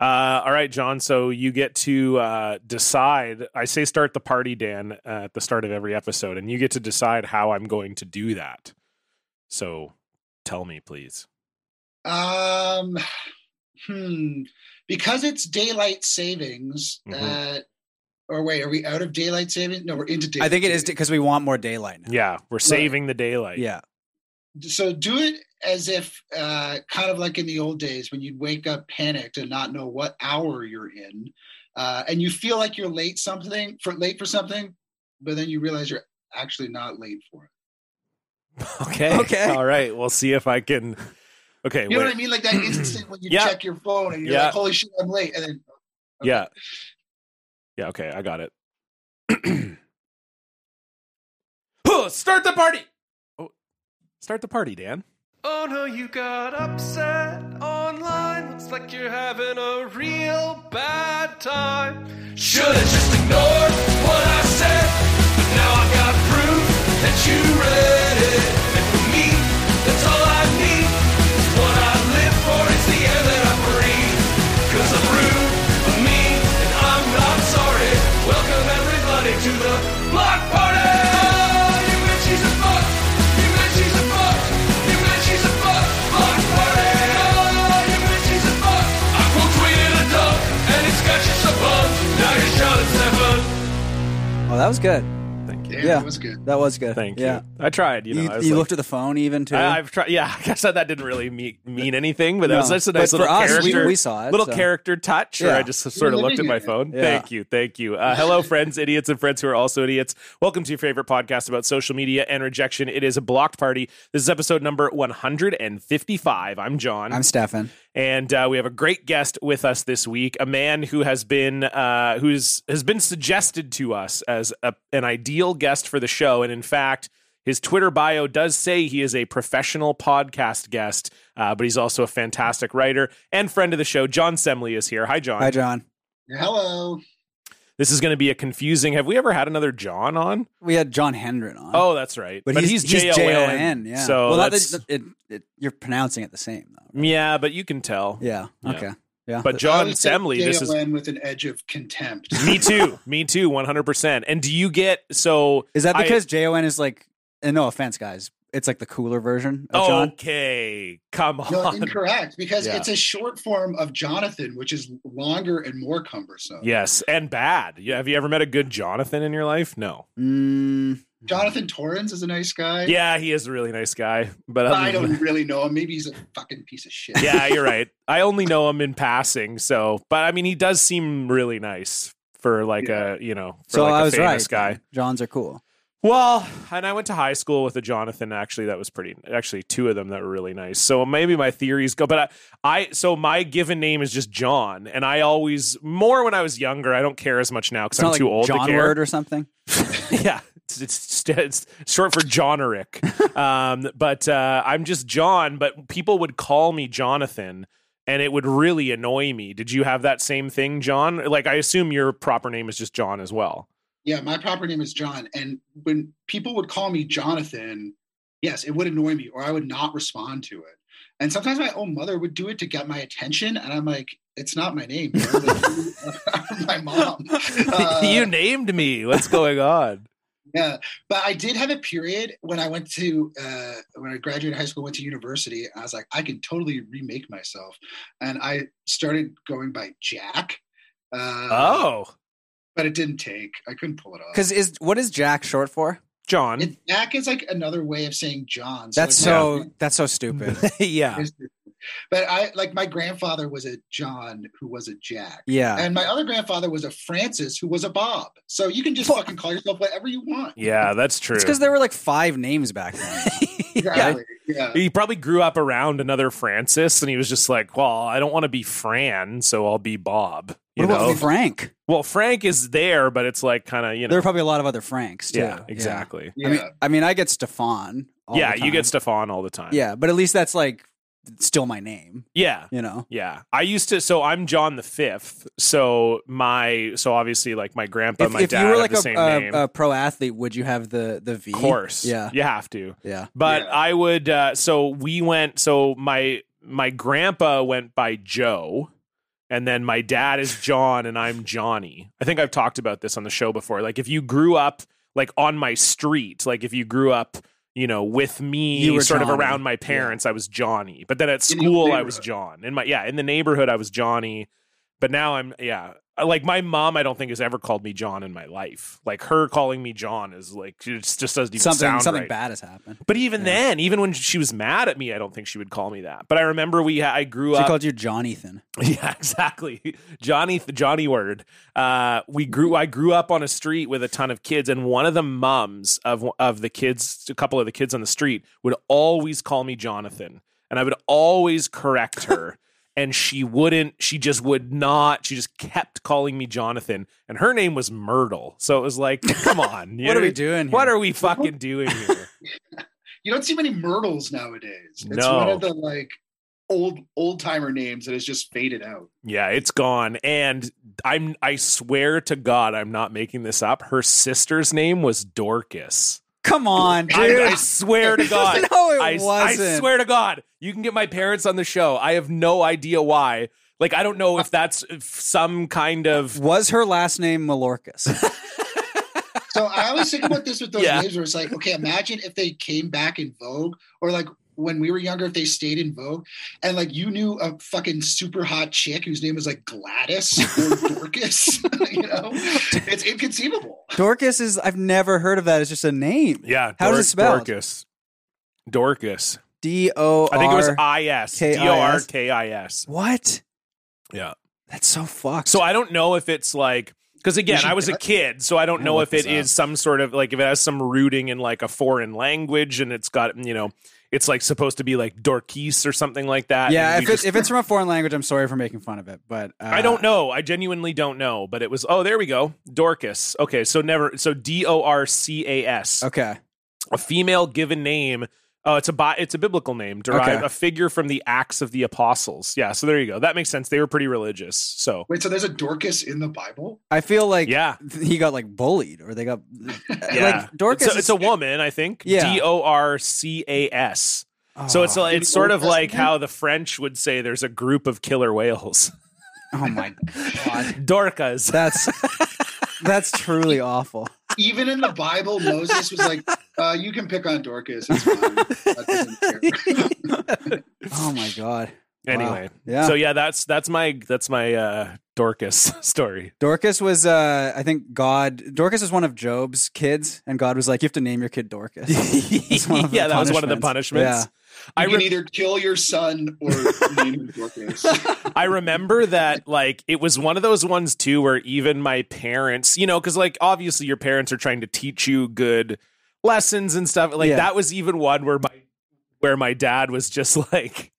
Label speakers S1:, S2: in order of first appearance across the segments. S1: Uh, all right, John. So you get to uh, decide. I say start the party, Dan, uh, at the start of every episode, and you get to decide how I'm going to do that. So tell me, please.
S2: Um, hmm. Because it's daylight savings.
S3: Mm-hmm.
S1: Mhm.
S2: Uh, or wait, are we out of daylight savings? No, we're into daylight.
S3: I think it is
S2: savings.
S3: because we want more daylight now.
S1: Yeah, we're saving the daylight.
S3: Yeah.
S2: so do it as if, uh, kind of like in the old days when you'd wake up panicked and not know what hour you're in, uh, and you feel like you're late something for late for something, but then you realize you're actually not late for it.
S1: Okay.
S3: Okay.
S1: All right. We'll see if I can. Okay.
S2: You know
S1: wait.
S2: what I mean? Like that instant when you
S1: Yeah.
S2: check your phone and you're
S1: Yeah.
S2: like, "Holy shit, I'm late!" And then Okay.
S1: Yeah. Yeah. Okay. I got it.
S3: Start the party.
S1: Start the party, Dan.
S4: Oh no, you got upset online. Looks like you're having a real bad time. Should've just ignored what I said, but now I got proof that you read it. And for me, that's all I need. It's what I live for, it's the air that I breathe. Cause I'm rude, I'm mean, and I'm not sorry. Welcome everybody to the block party! You bet she's a fuck! You bet she's a fuck! You bet she's a fuck! Block party! You bet she's a fuck! I will tweet in a dump, and it's got you so bummed. Now you're shot at seven.
S3: Oh, that was good.
S1: Thank you.
S2: damn,
S3: Yeah.
S2: it was good.
S3: That was good.
S1: Thank
S3: yeah.
S1: you. I tried. You know,
S3: You,
S1: I was
S3: you
S1: like-
S3: looked at the phone even too.
S1: I, I've tried. Yeah, I guess that, that didn't really mean, mean anything, but that
S3: No,
S1: was just a
S3: but
S1: nice
S3: for
S1: little
S3: us, we-
S1: character.
S3: we saw it,
S1: little
S3: so.
S1: character touch. Or
S3: Yeah.
S1: I just sort of looked at
S2: living
S1: my
S2: it.
S1: phone.
S3: Yeah.
S1: Thank you, thank you. Uh, hello, friends, idiots, and friends who are also idiots. Welcome to your favorite podcast about social media and rejection. It is a blocked party. This is episode number one hundred and fifty-five. I'm John.
S3: I'm Stefan.
S1: and uh, we have a great guest with us this week a man who has been uh, who's has been suggested to us as a, an ideal guest for the show and in fact his twitter bio does say he is a professional podcast guest uh, but he's also a fantastic writer and friend of the show john semley is here hi john
S3: Hi, John.
S2: Hello.
S1: this is going to be a confusing have we ever had another john on
S3: We had John Hendren on.
S1: oh that's right
S3: Uh, but, he's, he's
S1: j-o-n,
S3: Yeah.
S1: so
S3: well, not
S1: that's,
S3: that, it, it, you're pronouncing it the same though.
S1: yeah but you can tell
S3: Yeah.
S1: Yeah.
S3: Okay. Yeah.
S1: but
S2: I
S1: john
S2: always say
S1: semley this is
S2: JLN with an edge of contempt.
S1: me too me too 100% and do you get so
S3: is that
S1: I-
S3: because J O N is like? And no offense, guys. It's like the cooler version
S1: Oh.
S3: of Oh, John.
S1: okay come
S2: No,
S1: on
S2: incorrect, because
S1: Yeah.
S2: it's a short form of Jonathan, which is longer and more cumbersome.
S1: yes and bad Yeah, have you ever met a good jonathan in your life no
S3: Mm,
S2: Jonathan Torrens is a nice guy.
S1: yeah he is a really nice guy but
S2: I
S1: other than-
S2: don't really know him. Maybe he's a fucking piece of shit.
S1: yeah you're right i only know him in passing so but i mean he does seem really nice for like a you know for
S3: so
S1: like
S3: I
S1: a
S3: was right.
S1: famous guy
S3: then. Johns are cool.
S1: Well, and I went to high school with a Jonathan. Actually, that was pretty. Actually, two of them that were really nice. So maybe my theories go. But I, I so my given name is just John, and I always more when I was younger. I don't care as much now because
S3: It's
S1: I'm
S3: not
S1: too
S3: like
S1: old to
S3: John
S1: care.
S3: Word or something.
S1: yeah, it's, it's, it's short for John Eric. um, but uh, I'm just John. But people would call me Jonathan. And it would really annoy me. Did you have that same thing, John? Like, I assume your proper name is just John as well.
S2: Yeah, my proper name is John. And when people would call me Jonathan, yes, it would annoy me or I would not respond to it. And sometimes my own mother would do it to get my attention. And I'm like, it's not my name. bro. Like, you are my mom. Uh,
S1: you named me. What's going on?
S2: Yeah, but I did have a period when I went to uh, when I graduated high school, went to university. I was like, I can totally remake myself, and I started going by Jack. Uh,
S1: Oh,
S2: but it didn't take. I couldn't pull it off.
S3: Because is what is Jack short for?
S1: John.
S2: It- Jack is like another way of saying John.
S3: That's
S2: like,
S3: so. That's so stupid.
S1: yeah.
S2: my- But I like my grandfather was a John who was a Jack.
S3: Yeah.
S2: And my other grandfather was a Francis who was a Bob. So you can just
S3: Fuck.
S2: fucking call yourself whatever you want.
S1: Yeah, that's true.
S3: It's because there were like five names back then.
S2: Exactly. Yeah.
S1: He probably grew up around another Francis and he was just like, well, I don't want to be Fran, so I'll be Bob. You
S3: what about
S1: know?
S3: Frank?
S1: well, Frank is there, but it's like kind of, you
S3: There
S1: know.
S3: were probably a lot of other Franks too.
S1: yeah, exactly.
S2: Yeah.
S3: I mean, I mean, I get Stefan. all
S1: Yeah,
S3: the
S1: you get
S3: time.
S1: Stefan all the time.
S3: Yeah, but at least that's like still my name.
S1: Yeah.
S3: You know.
S1: Yeah. I used to, so I'm John the fifth. So my, so obviously like my grandpa,
S3: if
S1: my
S3: if
S1: dad
S3: you were
S1: have
S3: like
S1: the
S3: a,
S1: same name.
S3: a, a pro athlete, would you have the the V?
S1: of course.
S3: Yeah.
S1: You have to.
S3: Yeah.
S1: but
S2: Yeah.
S1: I would. Uh, so we went. So my my grandpa went by Joe, and then my dad is John and I'm Johnny. I think I've talked about this on the show before. Like if you grew up like on my street, like if you grew up, you know, with me
S3: You were
S1: sort of
S3: Johnny.
S1: around my parents, I was Johnny. But then at
S2: In your
S1: school I was
S2: neighborhood.
S1: John. In my yeah, in the neighborhood I was Johnny. But now I'm yeah. Uh, Like my mom, I don't think has ever called me John in my life. Like her calling me John is like it just doesn't even
S3: something
S1: sound
S3: something
S1: right.
S3: bad has happened.
S1: But even
S3: Yeah.
S1: then, even when she was mad at me, I don't think she would call me that. But I remember we ha- I grew
S3: She
S1: up.
S3: called you Jonathan.
S1: Yeah, exactly. Johnny Johnny word. Uh we grew I grew up on a street with a ton of kids and one of the mums of of the kids a couple of the kids on the street would always call me Jonathan and I would always correct her and she wouldn't she just would not she just kept calling me Jonathan and her name was Myrtle. So it was like come on. you
S3: What are
S1: know,
S3: we doing? Here?
S1: What are we fucking doing here?
S2: You don't see many Myrtles nowadays. It's
S1: No.
S2: one of the like old old timer names that has just faded out.
S1: Yeah, it's gone. And I'm I swear to God I'm not making this up. Her sister's name was Dorcas.
S3: Come on, dude.
S1: I, I swear to God.
S3: no, it
S1: I, I
S3: wasn't.
S1: swear to God, you can get my parents on the show. I have no idea why. Like, I don't know if that's if some kind of.
S3: Was her last name Malorcas?
S2: So I always think about this with those
S1: Yeah.
S2: names where it's like, okay, imagine if they came back in vogue or like when we were younger, if they stayed in vogue and like you knew a fucking super hot chick whose name was like Gladys or Dorcas, you know, it's inconceivable.
S3: Dorcas is. I've never heard of that. It's just a name.
S1: Yeah.
S3: How's it spelled?
S1: Dorcas. Dorcas.
S3: D O R.
S1: I think it was I S. D
S3: K I S?
S1: O R K I S.
S3: What?
S1: Yeah.
S3: That's so fucked.
S1: So I don't know if it's like. Because again,
S2: should
S1: I was a
S2: cut-
S1: kid, so I don't
S3: I'm
S1: know
S3: gonna
S1: if
S3: look
S1: it
S3: this
S1: is some sort of like if it has some rooting in like a foreign language and it's got, you know, it's like supposed to be like Dorkis or something like that.
S3: yeah,
S1: and
S3: if
S1: we
S3: it's if it's from a foreign language, I'm sorry for making fun of it, but uh,
S1: I don't know. I genuinely don't know. But it was oh, there we go. Dorcas. Okay, so never so D O R C A S.
S3: Okay,
S1: A female given name. Oh, it's a bi- it's a biblical name. Derived
S3: Okay.
S1: a figure from the Acts of the Apostles. Yeah, so there you go. That makes sense. They were pretty religious. So
S2: Wait, so there's a Dorcas in the Bible?
S3: I feel like
S1: yeah,
S3: he got like bullied or they got
S1: yeah.
S3: like Dorcas.
S1: It's a,
S3: is-
S1: it's a woman, I think.
S3: Yeah.
S1: D O R C A S. So it's
S3: Oh,
S1: like,
S2: In
S1: it's
S2: the
S1: sort
S2: Old
S1: of like
S2: Testament?
S1: how the French would say there's a group of killer whales.
S3: oh my god,
S1: Dorcas.
S3: that's that's truly awful.
S2: Even in the Bible, Moses was like, uh, you can pick on Dorcas. It's fine. That doesn't care.
S3: Oh my god. Wow.
S1: Anyway.
S3: yeah.
S1: So yeah, that's that's my that's my uh Dorcas story.
S3: Dorcas was, uh, I think, God. Dorcas was one of Job's kids, and God was like, "You have to name your kid Dorcas." That's one of the
S1: yeah, that was one of the punishments.
S3: punishments.
S1: I
S2: You can
S1: re-
S2: either kill your son or name him Dorcas.
S1: I remember that like it was one of those ones too where even my parents, you know, because like obviously your parents are trying to teach you good lessons and stuff. Like
S3: Yeah.
S1: that was even one where my where my dad was just like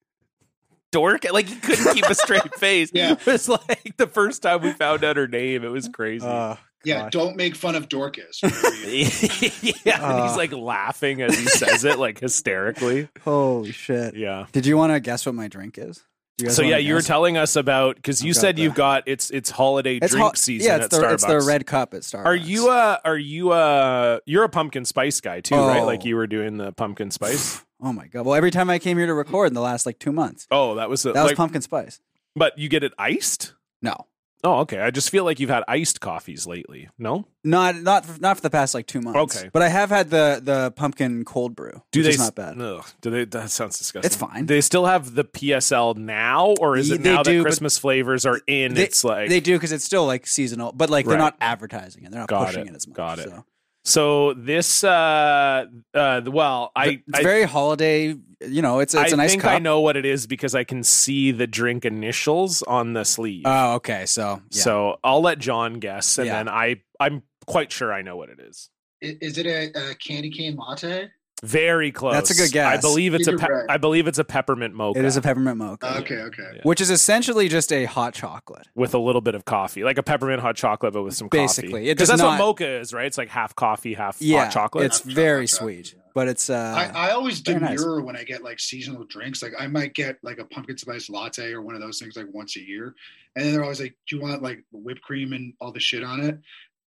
S1: dork like he couldn't keep a straight face
S2: Yeah.
S1: it was like the first time we found out her name it was crazy
S3: Oh,
S2: Yeah,
S3: God.
S2: don't make fun of Dorcas.
S1: yeah and he's
S3: Uh.
S1: like laughing as he says it like hysterically
S3: Holy shit!
S1: yeah
S3: Did you want to guess what my drink is? Do you guys
S1: So
S3: wanna
S1: yeah, you were
S3: guess?
S1: telling us about because you
S3: I've got
S1: said
S3: the-
S1: you've got it's it's holiday
S3: It's
S1: drink
S3: hot-
S1: season
S3: Yeah,
S1: at
S3: it's the,
S1: Starbucks.
S3: it's the red cup at Starbucks.
S1: Are you a are you a you're a pumpkin spice guy too, right?
S3: Oh.
S1: Like you were doing the pumpkin spice.
S3: Oh my god! Well, every time I came here to record in the last like two months,
S1: Oh, that was a,
S3: that was
S1: like,
S3: pumpkin spice.
S1: but you get it iced.
S3: No,
S1: Oh, okay. I just feel like you've had iced coffees lately. No,
S3: not not for, not for the past like two months.
S1: Okay.
S3: but I have had the the pumpkin cold brew.
S1: do
S3: which
S1: they?
S3: Is not
S1: s-
S3: bad.
S1: Ugh, do they? That sounds disgusting.
S3: It's fine.
S1: They still have the PSL now, or is
S3: Ye-
S1: it
S3: they
S1: now
S3: do,
S1: that
S3: but-
S1: Christmas flavors are in?
S3: They-
S1: it's like
S3: they do because it's still like seasonal, but like
S1: Right.
S3: they're not advertising it. They're not
S1: Got
S3: pushing
S1: it.
S3: it. as much.
S1: Got it.
S3: so.
S1: so. This uh uh well, I
S3: it's
S1: I
S3: very holiday. You know, it's it's a
S1: I
S3: nice
S1: think
S3: cup.
S1: I know what it is because I can see the drink initials on the sleeve.
S3: Oh, okay. So yeah.
S1: So I'll let John guess, and
S3: Yeah.
S1: then I I'm quite sure I know what it is.
S2: I- Is it a, a candy cane latte?
S1: Very close.
S3: That's a good
S1: I
S3: guess.
S1: believe it's a
S2: You're
S1: pe-
S2: right.
S1: I believe it's a peppermint mocha.
S3: it is a peppermint mocha,
S2: Okay, okay.
S1: Yeah.
S3: which is essentially just a hot chocolate.
S1: with a little bit of coffee, like a peppermint hot chocolate, but with some
S3: Basically,
S1: coffee.
S3: it
S1: because
S3: does
S1: that's what
S3: not-
S1: mocha is, right? It's like half coffee, half
S3: yeah,
S1: hot chocolate.
S3: It's
S2: Hot chocolate,
S3: very
S2: yeah.
S3: sweet, but it's uh,
S2: I, I always
S3: very
S2: demur
S3: nice.
S2: when I get like seasonal drinks. Like I might get like a pumpkin spice latte or one of those things like once a year, and then they're always like, "Do you want like whipped cream and all the shit on it?"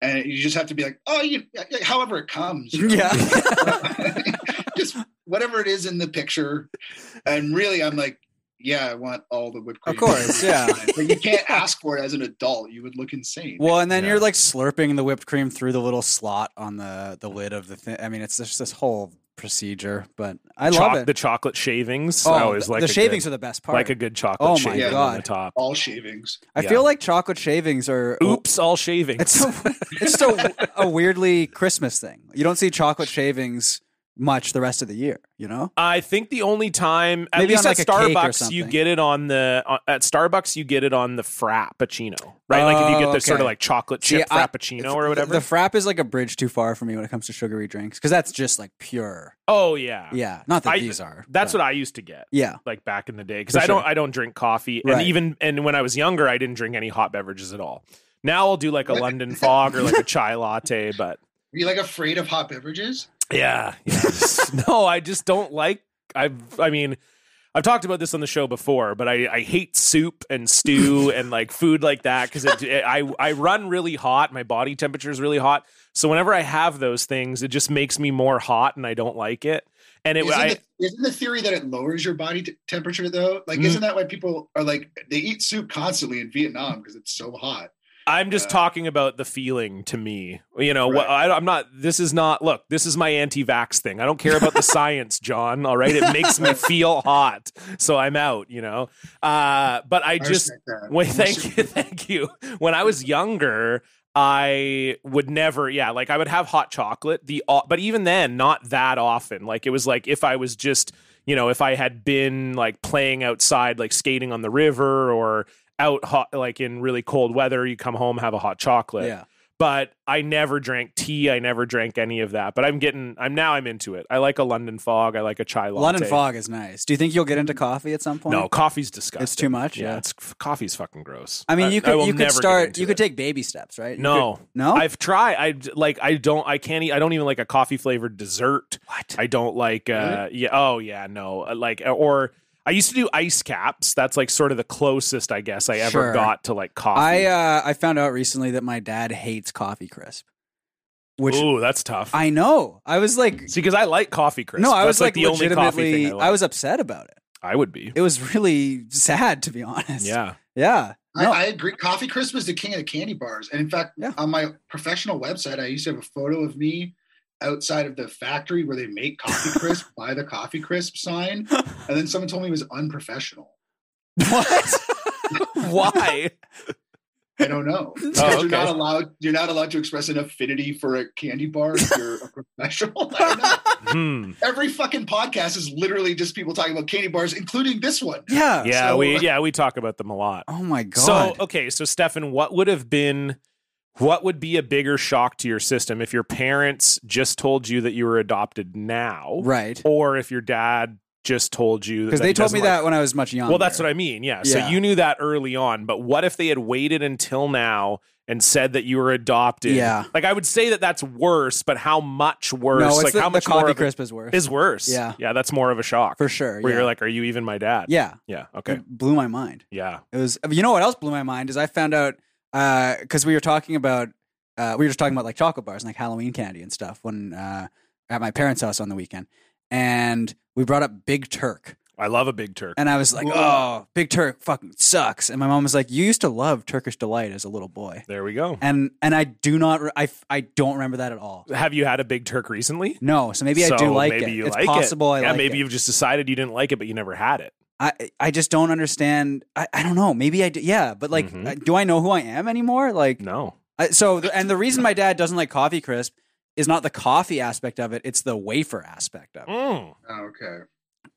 S2: And you just have to be like, "Oh, you, however it comes." you know?
S3: yeah.
S2: just whatever it is in the picture. And really, I'm like, yeah, I want all the whipped
S3: Of
S2: cream.
S3: course, yeah.
S2: but you can't ask for it as an adult. You would look insane.
S3: Well, and then
S1: Yeah.
S3: you're like slurping the whipped cream through the little slot on the the lid of the thing. I mean, it's just this whole procedure, but I
S1: Choc-
S3: love it. Oh,
S1: The chocolate shavings. I always
S3: the,
S1: like
S3: the
S1: a
S3: shavings
S1: good,
S3: are the best part.
S1: like a good chocolate
S3: Oh my
S1: shaving on
S3: God.
S1: the top.
S2: all shavings.
S3: I
S1: yeah.
S3: feel like chocolate shavings are.
S1: Oops, all shavings.
S3: Oh. It's a, it's a, a weirdly Christmas thing. You don't see chocolate shavings much the rest of the year, you know?
S1: I think the only time, at
S3: Maybe
S1: least
S3: on,
S1: at
S3: like, a cake or
S1: Starbucks, you
S3: something.
S1: get it on the on- at Starbucks you get it on the frappuccino, right? like if you get
S3: Oh,
S1: the sort
S3: okay.
S1: of like chocolate
S3: See,
S1: chip
S3: I-
S1: frappuccino or whatever.
S3: The, the frap is like a bridge too far for me when it comes to sugary drinks because that's just like pure.
S1: oh yeah,
S3: Yeah. Not that
S1: I-
S3: these are.
S1: That's what I used to get
S3: Yeah.
S1: like back in the day because
S3: For
S1: I don't
S3: sure.
S1: I don't drink coffee and
S3: Right.
S1: even and when I was younger I didn't drink any hot beverages at all. Now I'll do like a
S2: Right.
S1: London Fog or like a chai latte, but
S2: Are you like afraid of hot beverages?
S1: Yeah. no, I just don't like I've I mean I've talked about this on the show before, but I, I hate soup and stew and like food like that because it, it- I I run really hot. My body temperature is really hot, so whenever I have those things, it just makes me more hot, and I don't like it. And it,
S2: Isn't,
S1: I,
S2: the, isn't the theory that it lowers your body t- temperature though? Like,
S1: Mm.
S2: isn't that why people are like they eat soup constantly in Vietnam because it's so hot?
S1: I'm just
S2: Uh,
S1: talking about the feeling to me. You know,
S2: Right.
S1: wh- I, I'm not. This is not. Look, this is my anti-vax thing. I don't care about the science, John. All right, it makes me feel hot, so I'm out. You know, uh, but I
S2: I
S1: just
S2: respect that.
S1: Wait,
S2: I
S1: thank
S2: respect
S1: you,
S2: that.
S1: thank you. When I was younger, I would never, yeah, like I would have hot chocolate. The but even then, not that often. Like it was like if I was just, you know, if I had been like playing outside, like skating on the river or out hot, like in really cold weather, you come home have a hot chocolate.
S3: Yeah.
S1: But I never drank tea. I never drank any of that. But I'm getting, I'm now I'm into it. I like a London fog. I like a chai latte.
S3: London fog is nice. Do you think you'll get into coffee at some point?
S1: No, coffee's disgusting.
S3: It's too much?
S1: Yeah,
S3: Yeah.
S1: it's f- coffee's fucking gross.
S3: I mean, you could
S1: will
S3: you
S1: never get
S3: could start
S1: into
S3: you
S1: it.
S3: could take baby steps, right? You
S1: No,
S3: could- no.
S1: I've tried. I d- like. I don't. I can't eat. I don't even like a coffee flavored dessert.
S3: what?
S1: I don't like. uh Yeah. Oh yeah. No. Uh, Like or I used to do ice caps. That's like sort of the closest I guess I ever
S3: Sure.
S1: got to like
S3: I
S1: coffee.
S3: uh, I found out recently that my dad hates coffee crisp, which
S1: Ooh, that's tough.
S3: I know. I was like,
S1: See, because I like coffee crisp.
S3: no, I
S1: That's,
S3: was like,
S1: the only coffee
S3: legitimately,
S1: thing I, like.
S3: I, was upset about it.
S1: I would be.
S3: It was really sad, to be honest.
S1: Yeah.
S3: yeah. No,
S2: I, I agree. Coffee crisp is the king of the candy bars, and in fact,
S3: Yeah.
S2: on my professional website, I used to have a photo of me outside of the factory where they make coffee crisp by the coffee crisp sign, and then someone told me it was unprofessional.
S3: what?
S1: Why?
S2: I don't know.
S1: Oh, okay.
S2: You're not allowed. You're not allowed to express an affinity for a candy bar if you're a professional. I don't know.
S1: hmm.
S2: Every fucking podcast is literally just people talking about candy bars, including this one.
S3: yeah.
S1: Yeah.
S2: So-
S1: we yeah we talk about them a lot.
S3: Oh my god.
S1: So uh, okay, so Stefan, what would have been what would be a bigger shock to your system if your parents just told you that you were adopted now,
S3: right.
S1: or if your dad just told you
S3: Because
S1: that
S3: they
S1: he
S3: told
S1: doesn't
S3: me
S1: like-
S3: that when I was much younger.
S1: well, that's what I mean. Yeah. So
S3: Yeah.
S1: you knew that early on, but what if they had waited until now and said that you were adopted?
S3: Yeah.
S1: Like I would say that that's worse, but how much worse?
S3: No, it's
S1: like
S3: the,
S1: how
S3: the
S1: much more
S3: coffee
S1: of it
S3: crisp is worse
S1: is worse?
S3: Yeah.
S1: Yeah, that's more of a shock
S3: for sure.
S1: Where
S3: yeah.
S1: you're like, are you even my dad?
S3: yeah.
S1: Yeah. Okay.
S3: It blew my mind.
S1: Yeah.
S3: It was. You know what else blew my mind is I found out because we were talking about uh, we were just talking about like chocolate bars and like Halloween candy and stuff when uh, at my parents' house on the weekend, and we brought up Big Turk,
S1: I love a big turkey.
S3: and I was like,
S2: Whoa.
S3: "Oh, Big Turk fucking sucks," and my mom was like, "You used to love Turkish delight as a little boy,"
S1: There we go.
S3: and and I do not re- I f- I don't remember that at all.
S1: Have you had a big turk recently?
S3: No, so maybe I do
S1: So
S3: like
S1: maybe
S3: it.
S1: You
S3: it's
S1: like
S3: possible
S1: It.
S3: I
S1: yeah,
S3: like
S1: maybe
S3: it.
S1: you've just decided you didn't like it, but you never had it.
S3: I I just don't understand. I, I don't know. Maybe I do. Yeah, but like,
S1: Mhm.
S3: uh, do I know who I am anymore? Like,
S1: No.
S3: I, so th- and the reason my dad doesn't like coffee crisp is not the coffee aspect of it; it's the wafer aspect of it.
S1: Mm.
S2: Oh, okay.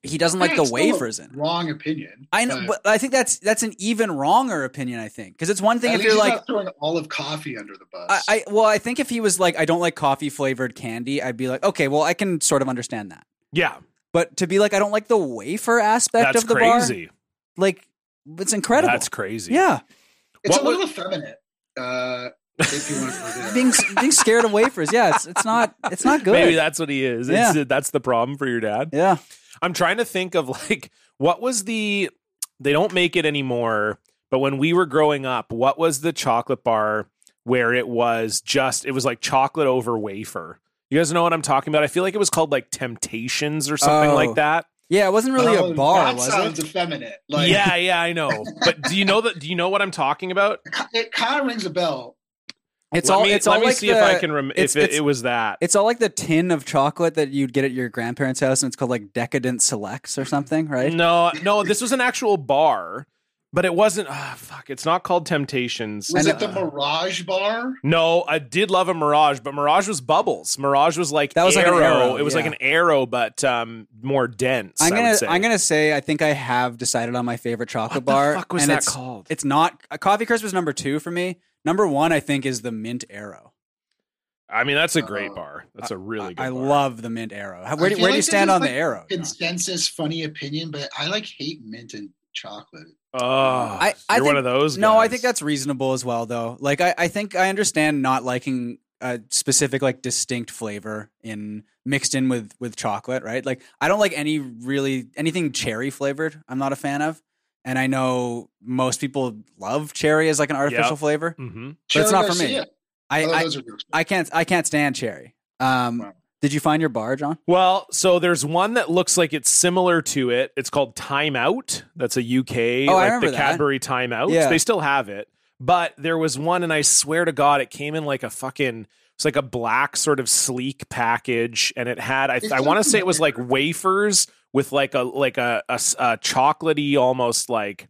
S3: He doesn't like
S2: Yeah,
S3: the
S2: it's still a
S3: wafers in. it.
S2: Wrong opinion.
S3: I know, but I think that's that's an even wronger opinion. I think because it's one thing
S2: at
S3: if
S2: least
S3: you're
S2: he's
S3: like,
S2: not throwing all of coffee under the bus.
S3: I, I well, I think if he was like, I don't like coffee flavored candy, I'd be like, okay, well, I can sort of understand that.
S1: Yeah,
S3: But to be like, I don't like the wafer aspect
S1: that's
S3: of the bar,
S1: crazy.
S3: like it's incredible.
S1: That's crazy.
S3: yeah,
S2: it's
S1: what
S2: a little effeminate. Uh, if you want to put it
S3: being being scared of wafers. Yeah, it's it's not it's not good.
S1: Maybe that's what he is. It's-
S3: Yeah.
S1: that's the problem for your dad.
S3: yeah,
S1: I'm trying to think of like what was the they don't make it anymore, but when we were growing up, what was the chocolate bar where it was just it was like chocolate over wafer. You guys know what I'm talking about? I feel like it was called like Temptations or something
S3: Oh.
S1: like that.
S3: Yeah, it wasn't really
S2: Oh,
S3: a bar,
S2: That
S3: was
S2: sounds
S3: it?
S2: effeminate. Like,
S1: yeah, yeah, I know. But do you know that? Do you know what I'm talking about?
S2: it kind of rings a bell.
S3: It's
S1: let
S3: all.
S1: Me,
S3: it's
S1: let
S3: all
S1: me
S3: like
S1: see
S3: the,
S1: if I can remember
S3: it's-
S1: if it,
S3: it's-
S1: it was that.
S3: It's all like the tin of chocolate that you'd get at your grandparents' house, and it's called like Decadent Selects or something, right?
S1: No, no, this was an actual bar, but it wasn't. Ah, fuck, it's not called Temptations.
S2: Was
S3: And,
S2: it the
S3: uh,
S2: Mirage Bar?
S1: No, I did love a Mirage, but Mirage was bubbles. Mirage was like
S3: That was like an
S1: arrow.
S3: arrow,
S1: It was like
S3: yeah.
S1: an arrow, but um, more dense.
S3: I'm
S1: I
S3: gonna.
S1: would say.
S3: I'm gonna say I think I have decided on my favorite chocolate
S1: What
S3: bar.
S1: the fuck was
S3: and
S1: that
S3: it's,
S1: called?
S3: It's not uh, coffee crisp was number two for me. Number one, I think, is the mint arrow.
S1: I mean, that's a great
S2: Uh,
S1: bar. That's a really good.
S3: Oh, I, I
S1: bar.
S3: love the mint arrow. How, where
S2: I
S3: do,
S2: feel
S3: where
S2: like
S3: do you
S2: this
S3: stand
S2: is
S3: on
S2: like
S3: the arrow? John?
S2: Consensus, funny opinion, but I like hate mint and chocolate.
S1: Oh,
S3: I- I
S1: you're one
S3: think-
S1: of those.
S3: No, I
S1: guys.
S3: think that's reasonable as well, though. Like, I, I think I understand not liking a specific, like, distinct flavor in mixed in with with chocolate, right? Like, I don't like any really anything cherry flavored. I'm not a fan of, and I know most people love cherry as like an artificial
S1: Yep.
S3: flavor.
S1: Mhm.
S3: But
S2: Cherry
S3: it's not for me.
S2: Garcia.
S3: I,
S2: Oh,
S3: I
S2: those are good.
S3: I can't I can't stand cherry. Um,
S2: Wow.
S3: did you find your bar, John?
S1: Well, so there's one that looks like it's similar to it. It's called Time Out. That's a UK,
S3: Oh, I
S1: like
S3: remember
S1: the
S3: that.
S1: Cadbury Time Out.
S3: Yeah.
S1: They still have it. But there was one, and I swear to God, it came in like a fucking, it's like a black sort of sleek package. And it had, I,
S2: It
S1: I want to
S2: sounds
S1: say it was like wafers with like a, like a, a, s- a chocolatey, almost like,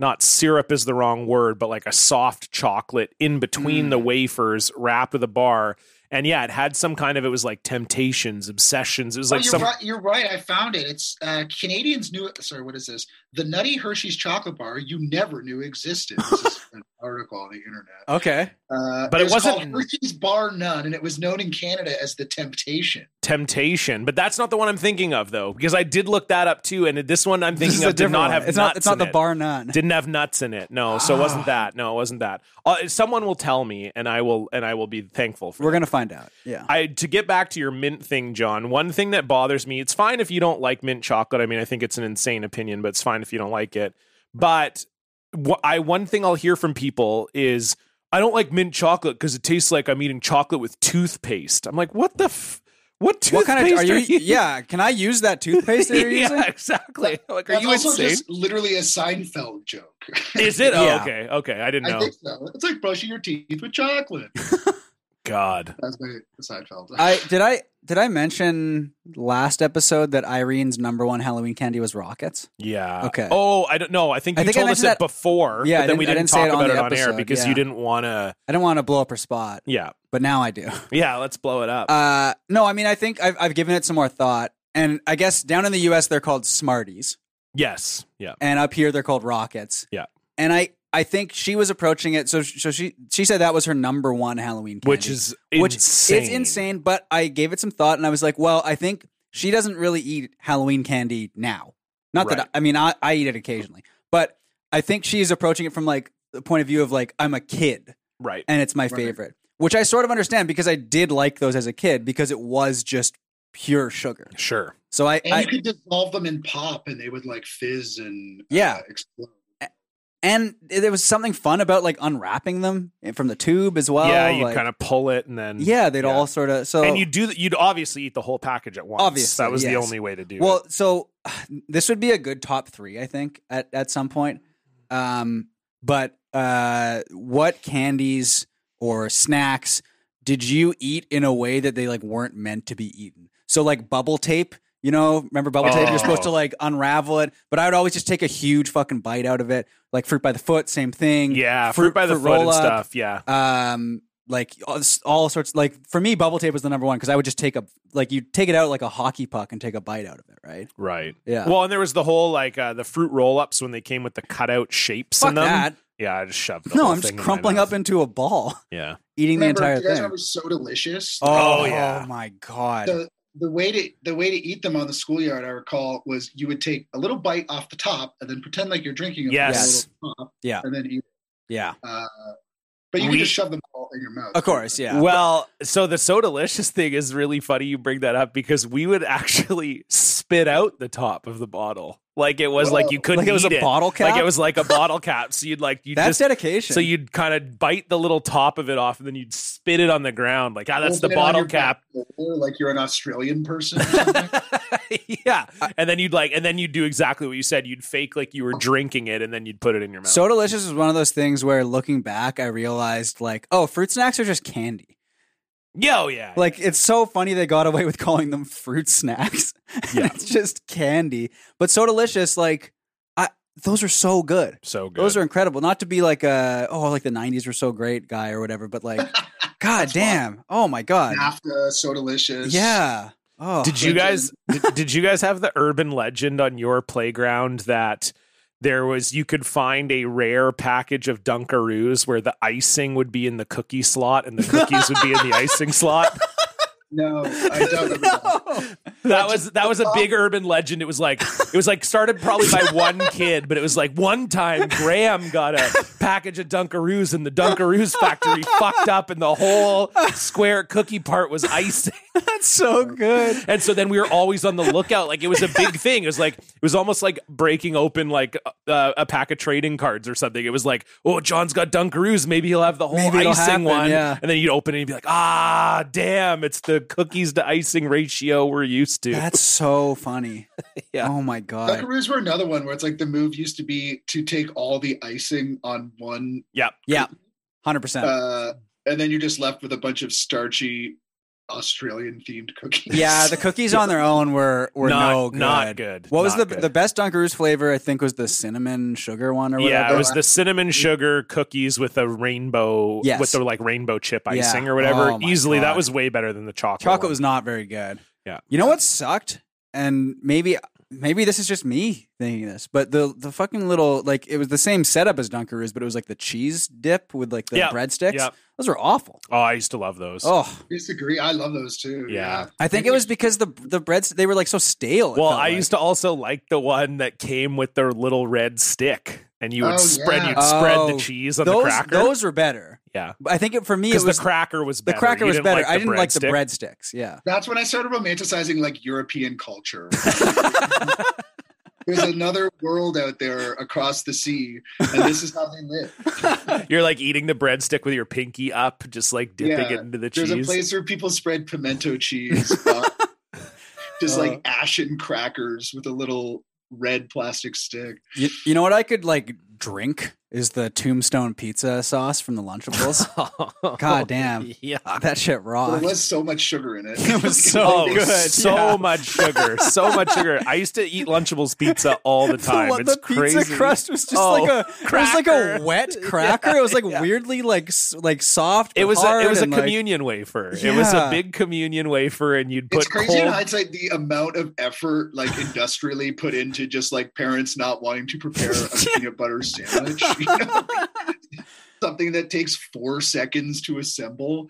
S1: not syrup is the wrong word, but like a soft chocolate in between
S3: Mm.
S1: the wafers wrapped with a bar. And yeah, it had some kind of it was like temptations, obsessions. It was
S2: Oh,
S1: like
S2: you're,
S1: some
S2: right, you're right. I found it. It's uh, Canadians knew it. Sorry, what is this? The Nutty Hershey's chocolate bar you never knew existed. This is an article on the internet.
S3: Okay.
S2: Uh,
S1: But it
S2: was
S1: wasn't-
S2: called Hershey's Bar None, and it was known in Canada as the Temptation.
S1: temptation. But that's not the one I'm thinking of though, because I did look that up too. And this one I'm
S3: This
S1: thinking
S3: is a
S1: of did
S3: different
S1: not
S3: one.
S1: have nuts.
S3: it's not it's not
S1: in
S3: the
S1: it.
S3: bar none.
S1: Didn't have nuts in it. No, so it
S3: Ah.
S1: wasn't that. No, it wasn't that. Uh, someone will tell me, and I will, and I will be thankful for.
S3: We're
S1: that.
S3: gonna find out. Yeah.
S1: I to get back to your mint thing, John. One thing that bothers me, it's fine if you don't like mint chocolate. I mean, I think it's an insane opinion, but it's fine if you don't like it. But wh- I one thing I'll hear from people is I don't like mint chocolate because it tastes like I'm eating chocolate with toothpaste. I'm like, what the f- what toothpaste
S3: What kind of are you?
S1: eating?
S3: Yeah, can I use that toothpaste that you're
S1: yeah,
S3: using?
S1: exactly. Like, are
S2: That's
S1: you
S2: also
S1: insane?
S2: just literally a Seinfeld joke.
S1: Is it? Oh,
S3: Yeah.
S1: okay, okay. I didn't
S2: I
S1: know.
S2: think so. It's like brushing your teeth with chocolate.
S1: God,
S2: That's my Seinfeld.
S3: I did I did I mention last episode that Irene's number one Halloween candy was rockets?
S1: yeah.
S3: Okay.
S1: Oh, I don't know. I think
S3: I
S1: you
S3: think I
S1: told us
S3: mentioned
S1: it
S3: that-
S1: before.
S3: Yeah, I
S1: but then
S3: didn't-
S1: we
S3: I
S1: didn't,
S3: didn't say
S1: talk
S3: it on
S1: about
S3: the
S1: it on air
S3: episode,
S1: because
S3: yeah.
S1: you didn't want to.
S3: I don't want to blow up her spot,
S1: Yeah.
S3: but now I do.
S1: Yeah, let's blow it up.
S3: Uh, no, I mean I think I've I've given it some more thought, and I guess down in the U.S. they're called Smarties,
S1: yes. Yeah.
S3: and up here they're called rockets.
S1: Yeah.
S3: and I I think she was approaching it. So so she she said that was her number one Halloween, candy.
S1: Which is
S3: which
S1: insane.
S3: it's insane. But I gave it some thought, and I was like, well, I think she doesn't really eat Halloween candy now. Not
S1: Right.
S3: that I, I mean, I, I eat it occasionally, but I think she's approaching it from like the point of view of like I'm a kid
S1: Right.
S3: and it's my
S2: Right.
S3: favorite, which I sort of understand because I did like those as a kid because it was just pure sugar.
S1: Sure.
S3: So I,
S2: and
S3: I
S2: you could dissolve them in pop, and they would like fizz and uh,
S3: Yeah.
S2: explode.
S3: and there was something fun about like unwrapping them from the tube as well.
S1: yeah, you
S3: like-
S1: kind of pull it and then
S3: yeah, they'd
S1: yeah.
S3: all sort of so
S1: and you do you'd obviously eat the whole package at once.
S3: Obviously,
S1: that was the
S3: yes.
S1: only way to do
S3: Well,
S1: it.
S3: so this would be a good top three, I think, at at some point. Um, but uh, what candies or snacks did you eat in a way that they like weren't meant to be eaten? So like bubble tape, you know, remember bubble tape? You're supposed to
S1: Oh.
S3: like unravel it, but I would always just take a huge fucking bite out of it. Like fruit by the foot, same thing.
S1: Yeah, fruit, by the
S3: mm, fruit
S1: foot and
S3: roll-up,
S1: stuff. Yeah.
S3: Um, like all, all sorts. Like for me, bubble tape was the number one because I would just take a like you take it out like a hockey puck and take a bite out of it, right?
S1: Right.
S3: Yeah.
S1: Well, and there was the whole like uh, the fruit roll ups when they came with the cutout shapes
S3: Fuck
S1: in them.
S3: that.
S1: Yeah, I just shoved. The
S3: No,
S1: whole
S3: I'm just
S1: thing in my
S3: crumpling
S1: mouth.
S3: up into a ball,
S1: Yeah.
S3: eating
S2: Remember, do
S3: the entire
S2: you guys
S3: thing.
S2: remember so delicious?
S1: Oh, yeah.
S3: my god.
S2: So the way to the way to eat them on the schoolyard, I recall, was you would take a little bite off the top and then pretend like you're drinking. it from
S1: Yes.
S2: the little top,
S3: Yeah.
S2: and then eat.
S3: yeah.
S2: Uh, but you
S1: We-
S2: can just shove them all in your mouth.
S3: Of course, yeah.
S1: Well, so the so delicious thing is really funny you bring that up because we would actually spit out the top of the bottle. Like it was like you couldn't
S3: Like it was
S1: eat
S3: a bottle cap?
S1: Like it was like a bottle cap. So you'd like you
S3: That's
S1: just
S3: dedication.
S1: so you'd kind of bite the little top of it off, and then you'd spit it on the ground. Like ah, that's the
S2: Open it on
S1: bottle
S2: your
S1: cap.
S2: back door, like you're an Australian person. Or something.
S1: yeah, and then you'd like, and then you'd do exactly what you said. You'd fake like you were drinking it, and then you'd put it in your mouth.
S3: So delicious was one of those things where looking back, I realized like, oh, fruit snacks are just candy.
S1: yeah, oh, yeah,
S3: Like it's so funny they got away with calling them fruit snacks. Yeah. it's just candy. But so delicious, like I those are so good.
S1: so good.
S3: Those are incredible. Not to be like a oh like the nineties were so great guy or whatever, but like God damn. Oh my god.
S2: NAFTA, so delicious.
S3: Yeah. Oh
S1: Did you guys did, did you guys have the urban legend on your playground that there was you could find a rare package of Dunkaroos where the icing would be in the cookie slot and the cookies would be in the icing slot?
S2: No, I don't. remember that.
S3: No.
S1: That was that was a big urban legend. It was like it was like started probably by one kid, but it was like one time Graham got a package of Dunkaroos and the Dunkaroos factory fucked up and the whole square cookie part was icing.
S3: That's so good.
S1: And so then we were always on the lookout. Like it was a big thing. It was like it was almost like breaking open like uh, a pack of trading cards or something. It was like, oh, John's got Dunkaroos. Maybe he'll have the whole
S3: Maybe it'll
S1: icing
S3: happen,
S1: one.
S3: yeah.
S1: And then you'd open it and you'd be like, ah, damn, it's the cookies to icing ratio we're used to.
S3: That's so funny.
S1: Yeah.
S3: Oh my god.
S2: Buckaroos were another one where it's like the move used to be to take all the icing on one,
S1: yeah.
S3: Yeah. Hundred percent.
S2: uh, and then you're just left with a bunch of starchy Australian themed cookies.
S3: Yeah, the cookies on their own were were
S1: Not-
S3: no good.
S1: not good.
S3: What was the
S1: Not good.
S3: the best Dunkaroos flavor? I think was the cinnamon sugar one or
S1: Yeah,
S3: whatever.
S1: it was the cinnamon sugar cookies with a rainbow,
S3: Yes.
S1: with the like rainbow chip
S3: Yeah.
S1: icing or whatever.
S3: Oh my
S1: Easily, that
S3: God.
S1: was way better than the chocolate.
S3: Chocolate
S1: one.
S3: was not very good.
S1: Yeah.
S3: You know what sucked? And maybe maybe this is just me thinking this, but the the fucking little like it was the same setup as Dunkaroos, but it was like the cheese dip with like the
S1: Yeah.
S3: breadsticks.
S1: Yeah.
S3: Those were awful.
S1: Oh, I used to love those.
S3: Oh,
S2: disagree. I love those too.
S1: Yeah.
S3: I think it was because the the breads they were like so stale.
S1: Well, I used to also like the one that came with their little red stick, and you would
S2: Oh,
S1: spread
S2: yeah.
S1: you'd spread the
S3: Oh,
S1: cheese on
S3: those
S1: the cracker.
S3: those were better.
S1: yeah,
S3: But I think it, for me it
S1: because the
S3: was
S1: cracker was
S3: the
S1: better.
S3: cracker
S1: You
S3: was
S1: didn't
S3: better.
S1: like
S3: I didn't like the
S1: breadstick?
S3: breadsticks. Yeah.
S2: That's when I started romanticizing like European culture. There's another world out there across the sea, and this is how they live.
S1: You're like eating the breadstick with your pinky up, just like dipping
S2: Yeah.
S1: it into the
S2: There's a
S1: cheese.
S2: place where people spread pimento cheese, uh, just like ashen crackers with a little red plastic stick.
S3: You, you know what I could like drink is the tombstone pizza sauce from the Lunchables. God damn.
S1: Yeah.
S3: that shit
S2: There
S3: rocked.
S2: was so much sugar in it.
S3: It was so
S1: Oh,
S3: good.
S1: so
S3: Yeah.
S1: much sugar, so much sugar. I used to eat Lunchables pizza all the time.
S3: The,
S1: it's
S3: the
S1: crazy.
S3: pizza crust was just
S1: Oh,
S3: like a it was like a
S1: cracker.
S3: wet cracker. it was like weirdly like s- like soft.
S1: It
S3: but
S1: was a,
S3: hard
S1: it was a
S3: and, like-
S1: communion wafer. It was a
S3: Yeah.
S1: big communion wafer, and you'd put
S2: It's crazy
S1: cold
S2: in hindsight the amount of effort, like industrially put into just like parents not wanting to prepare a peanut butter sandwich. you know? Something that takes four seconds to assemble.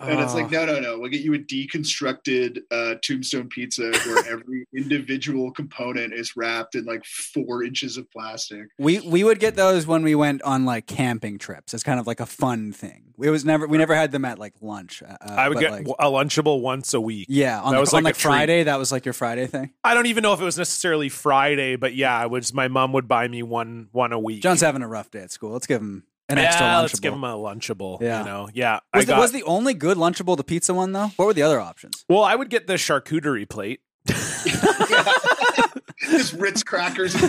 S2: And it's like, no, no, no. We'll get you a deconstructed uh, tombstone pizza where every individual component is wrapped in like four inches of plastic.
S3: we we would get those when we went on like camping trips. It's kind of like a fun thing. It was never we never had them at like lunch. Uh,
S1: I would
S3: but,
S1: get
S3: like,
S1: a Lunchable once a week.
S3: yeah on,
S1: that
S3: like,
S1: was
S3: on,
S1: like a
S3: like, Friday. That was like your Friday thing.
S1: I don't even know if it was necessarily Friday, but yeah, it was. My mom would buy me one one a week.
S3: John's having a rough day at school. Let's give him an
S1: yeah,
S3: extra lunchable.
S1: let's give him a Lunchable.
S3: Yeah.
S1: you know, yeah.
S3: Was,
S1: I
S3: the,
S1: got.
S3: was the only good Lunchable the pizza one though? What were the other options?
S1: well, I would get the charcuterie plate.
S2: Just Ritz crackers and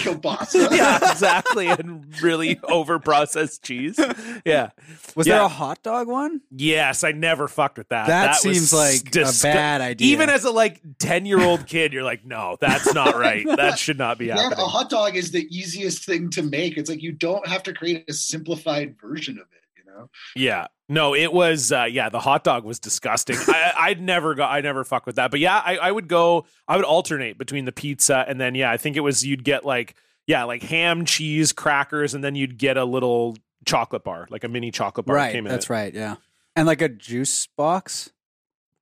S2: kielbasa.
S1: yeah, exactly, and really over processed cheese. Yeah.
S3: Was
S1: Yeah.
S3: there a hot dog one?
S1: Yes, I never fucked with that.
S3: That
S1: was
S3: seems like a
S1: disgu-
S3: bad idea.
S1: Even as a like ten year old kid, you're like, no, that's not right. that should not be
S2: Yeah, a
S1: happening.
S2: hot dog is the easiest thing to make. It's like you don't have to create a simplified version of it, you know?
S1: Yeah. No, it was uh, yeah, the hot dog was disgusting. I I'd never go I never fuck with that. But yeah, I, I would go I would alternate between the pizza and then yeah, I think it was you'd get like yeah, like ham, cheese, crackers, and then you'd get a little chocolate bar, like a mini chocolate bar
S3: Right,
S1: came in.
S3: that's right. Yeah, and like a juice box,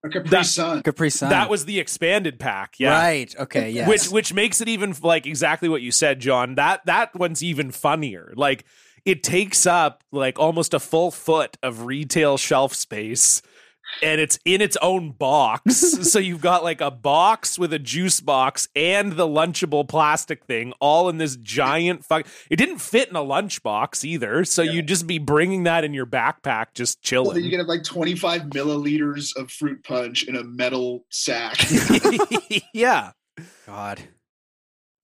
S2: A Capri
S1: That-
S2: Sun.
S3: Capri Sun.
S1: That was the expanded pack, yeah.
S3: right. Okay, yeah.
S1: Which which makes it even like exactly what you said, John. That that one's even funnier. Like it takes up like almost a full foot of retail shelf space and it's in its own box. so you've got like a box with a juice box and the lunchable plastic thing all in this giant fuck. It didn't fit in a lunchbox either. So
S2: Yeah.
S1: you'd just be bringing that in your backpack, just
S2: Well, then you
S1: chilling.
S2: get like 25 milliliters of fruit punch in a metal sack.
S1: yeah.
S3: God,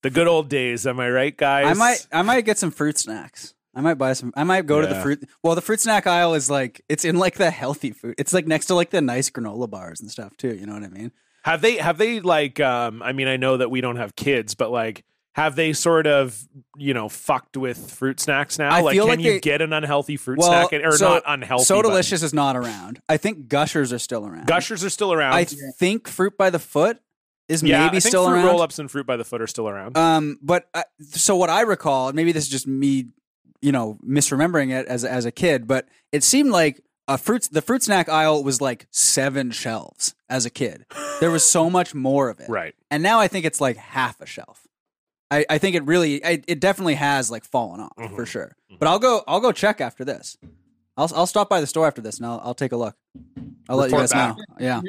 S1: The good old days. Am I right, guys?
S3: I might I might get some fruit snacks. I might buy some. I might go to the
S1: Yeah.
S3: fruit. Well, the fruit snack aisle is like it's in like the healthy food. It's like next to like the nice granola bars and stuff too. You know what I mean?
S1: Have they have they like um I mean I know that we don't have kids, but like have they sort of, you know, fucked with fruit snacks now?
S3: I
S1: like
S3: feel
S1: can
S3: like
S1: you
S3: they-
S1: get an unhealthy fruit
S3: Well,
S1: snack and, or
S3: so-
S1: not unhealthy?
S3: so
S1: but-
S3: delicious is not around. I think gushers are still around.
S1: Gushers are still around.
S3: I think fruit by the foot is
S1: yeah, I
S3: maybe
S1: think
S3: still
S1: fruit
S3: around.
S1: roll ups and fruit by the foot are still around.
S3: Um, but uh, so what I recall, and maybe this is just me, you know, misremembering it as as a kid, but it seemed like a fruit the fruit snack aisle was like seven shelves as a kid. There was so much more of it,
S1: right.
S3: And now I think it's like half a shelf. I, I think it really, I, it definitely has like fallen off
S1: Mhm.
S3: for sure. But I'll go, I'll go check after this. I'll I'll stop by the store after this, and I'll I'll take a look. I'll let you
S1: Report
S3: guys know. Yeah,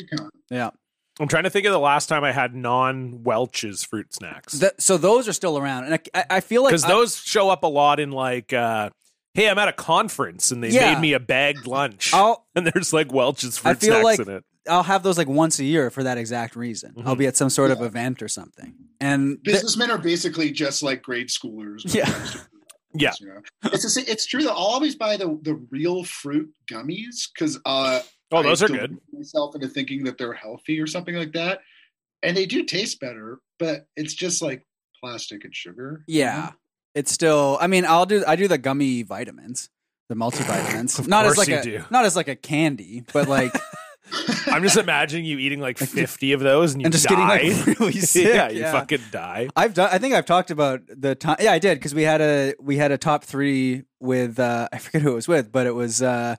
S3: yeah.
S1: I'm trying to think of the last time I had non Welch's fruit snacks.
S3: Th- so those are still around, and I, I, I feel like
S1: Because those show up a lot in like uh Hey, I'm at a conference and they
S3: Yeah.
S1: made me a bagged lunch.
S3: I, I'll
S1: and there's like Welch's fruit
S3: I feel
S1: snacks
S3: like-
S1: in it.
S3: I'll have those like once a year for that exact reason. I'll
S1: Mm-hmm.
S3: be at some sort of event or something. And th-
S2: Businessmen are basically just like grade schoolers. when it
S3: Yeah.
S2: comes to fruit,
S1: Yeah.
S2: You know? it's, the sa- it's true that I'll always buy the, the real fruit gummies because uh,
S1: Oh, those
S2: I
S1: are good.
S2: deluded Myself into thinking that they're healthy or something like that, and they do taste better, but it's just like plastic and sugar. you
S1: Mm-hmm.
S3: yeah, it's still. I mean, I'll do. I do the gummy vitamins, the multivitamins. not as
S1: course
S3: like
S1: you
S3: a
S1: do.
S3: not as like a candy, but like
S2: know?
S1: I'm just imagining you eating like 50 of those and you
S3: and just
S1: die.
S3: getting like really sick.
S1: yeah, you fucking die.
S3: I've done. I think I've talked about the time. Yeah, I did because we had a we had a top three with uh, I forget who it was with, but it was uh,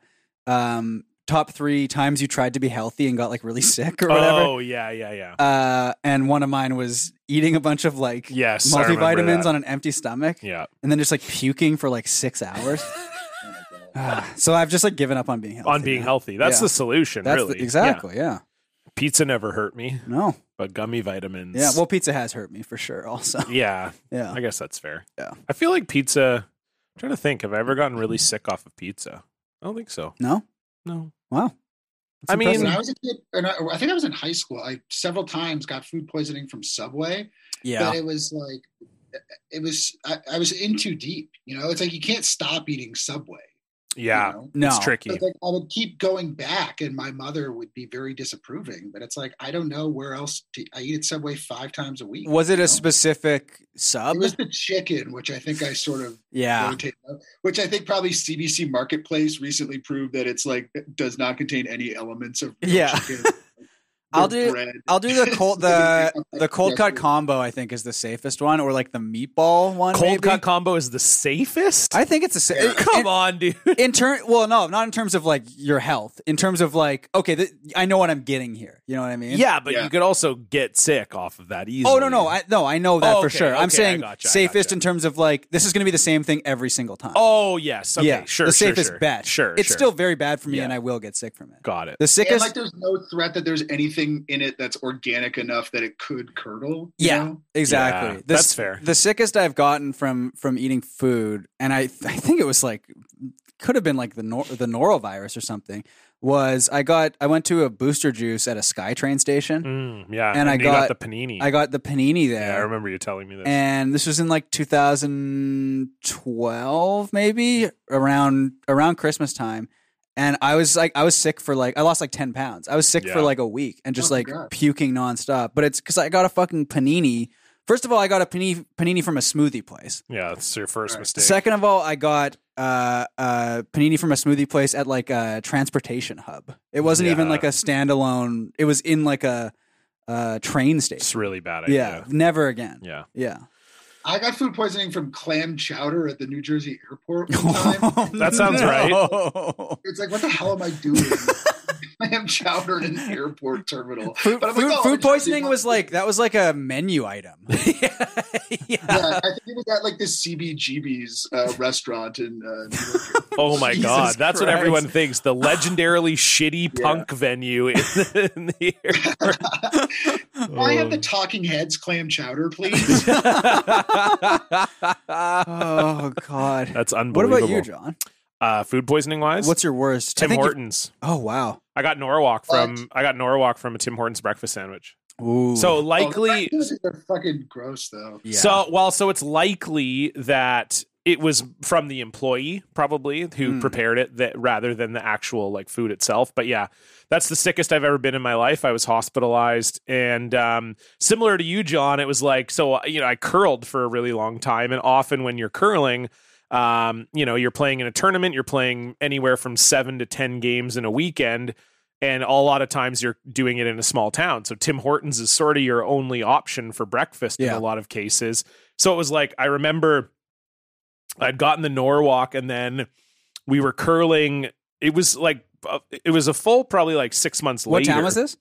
S3: um, top three times you tried to be healthy and got like really sick or whatever.
S1: Oh yeah, yeah, yeah.
S3: uh, and one of mine was eating a bunch of like
S1: Yes, I remember
S3: multivitamins
S1: that.
S3: on an empty stomach,
S1: Yeah,
S3: and then just like puking for like six hours.
S2: Oh my God.
S3: Ah, so I've just like given up on being healthy.
S1: on being
S3: now.
S1: healthy. That's
S3: Yeah.
S1: the solution,
S3: That's the-
S1: really.
S3: exactly. Yeah.
S1: Yeah. Pizza never hurt me,
S3: No.
S1: but gummy vitamins.
S3: Yeah. Well, pizza has hurt me for sure. Also.
S1: yeah,
S3: Yeah.
S1: I guess that's fair.
S3: Yeah.
S1: I feel like pizza. I'm trying to think, have I ever gotten really sick off of pizza? I don't think so.
S3: no.
S1: No.
S3: Wow.
S1: I mean-
S3: impressive.
S2: when I was a kid, and I, I think I was in high school. I several times got food poisoning from Subway,
S3: yeah.
S2: but it was like it was I, I was in too deep. You know, it's like you can't stop eating Subway.
S1: Yeah,
S2: you know?
S3: No.
S1: it's
S2: So
S1: tricky.
S2: it's like I would keep going back, and my mother would be very disapproving. But it's like I don't know where else to, I eat at Subway five times a week.
S3: Was it
S2: you know?
S3: a specific sub?
S2: It was the chicken, which I think I sort of
S3: yeah.
S2: rotate, which I think probably CBC Marketplace recently proved that it's like does not contain any elements of real
S3: Yeah.
S2: chicken.
S3: I'll
S2: The
S3: do-
S2: bread.
S3: I'll do the cold the the cold cut
S2: Yes.
S3: combo. I think is the safest one, or like the meatball one.
S1: Cold
S3: maybe.
S1: cut combo is the safest.
S3: I think it's a sa-
S2: Yeah.
S1: Come
S3: and-
S1: on, dude.
S3: in turn well no not in terms of like your health in terms of like okay th- i know what i'm getting here you know what i mean
S1: Yeah, but
S2: Yeah.
S1: you could also get sick off of that easily.
S3: oh no no i no i know that
S1: Oh,
S3: for
S1: okay,
S3: sure
S1: okay, I
S3: i'm saying
S1: gotcha, I
S3: safest
S1: gotcha.
S3: in terms of like this is going to be the same thing every single time
S1: Oh yes. Okay.
S3: yeah
S1: Sure.
S3: the
S1: sure,
S3: safest
S1: sure.
S3: bet
S1: Sure.
S3: it's
S1: sure.
S3: still very bad for me
S1: Yeah.
S3: and i will get sick from it
S1: got it.
S3: the
S2: And
S3: sickest
S2: like, there's no threat that there's anything in it that's organic enough that it could curdle. you
S3: Yeah.
S2: know?
S3: Exactly.
S1: Yeah,
S3: The s-
S1: that's fair.
S3: The sickest I've gotten from from eating food, and I I think it was like could have been like the nor- the norovirus or something. Was I got I went to a booster juice at a SkyTrain station.
S1: Mm, yeah.
S3: And I
S1: you got,
S3: got-
S1: the panini.
S3: I got the panini there.
S1: yeah, I remember you telling me this.
S3: and this was in like 2012 maybe around around christmas time and i was like i was sick for like i lost like 10 pounds i was sick for
S1: Yeah.
S3: like a week and just
S2: Oh,
S3: like
S2: God.
S3: puking nonstop but it's because i got a fucking panini first of all i got a panini, panini from a smoothie place
S1: yeah, that's your first
S2: Right.
S1: mistake.
S3: second of all i got uh, uh, panini from a smoothie place at like a transportation hub it wasn't even
S1: Yeah.
S3: like a standalone it was in like a uh, train
S1: it's
S3: station
S1: really bad
S3: yeah,
S1: idea.
S3: never again
S1: Yeah.
S3: yeah
S2: I got food poisoning from clam chowder at the New Jersey airport one time.
S3: Oh,
S1: That sounds right.
S3: no.
S2: it's like, what the hell am I doing? clam chowder in an airport terminal.
S3: Food,
S2: But I'm like,
S3: food-
S2: oh,
S3: food
S2: it's just
S3: poisoning
S2: the-
S3: was like that was like a menu item.
S2: Yeah, I think it was at like this CBGB's uh, restaurant in uh, New York.
S1: Oh my
S3: Jesus
S1: god, that's what
S3: Christ.
S1: everyone thinks. The legendarily shitty
S2: Yeah.
S1: punk venue in the, in the airport.
S2: Can I have the Talking Heads clam chowder, please?
S3: oh God!
S1: That's
S3: What
S1: unbelievable.
S3: about you, John?
S1: Uh, food poisoning wise,
S3: What's your worst? I
S1: Tim
S3: think you-
S1: Hortons?
S3: Oh wow!
S1: I got Norwalk from
S2: What?
S1: I got Norwalk from a Tim Hortons breakfast sandwich.
S3: Ooh.
S1: So
S2: Oh,
S1: likely,
S2: the breakfasts are fucking gross though.
S3: yeah.
S1: So well, so it's likely that it was from the employee probably who
S3: Hmm.
S1: prepared it that rather than the actual like food itself. But yeah, that's the sickest I've ever been in my life. I was hospitalized and um similar to you John, it was like so you know, I curled for a really long time and often when you're curling um, you know, you're playing in a tournament, you're playing anywhere from 7 to 10 games in a weekend and a lot of times you're doing it in a small town. So Tim Hortons is sort of your only option for breakfast in
S3: Yeah.
S1: a lot of cases. So it was like I remember I'd gotten the Norwalk and then we were curling. It was like uh, it was a full probably like six months
S3: what
S1: later.
S3: town was this?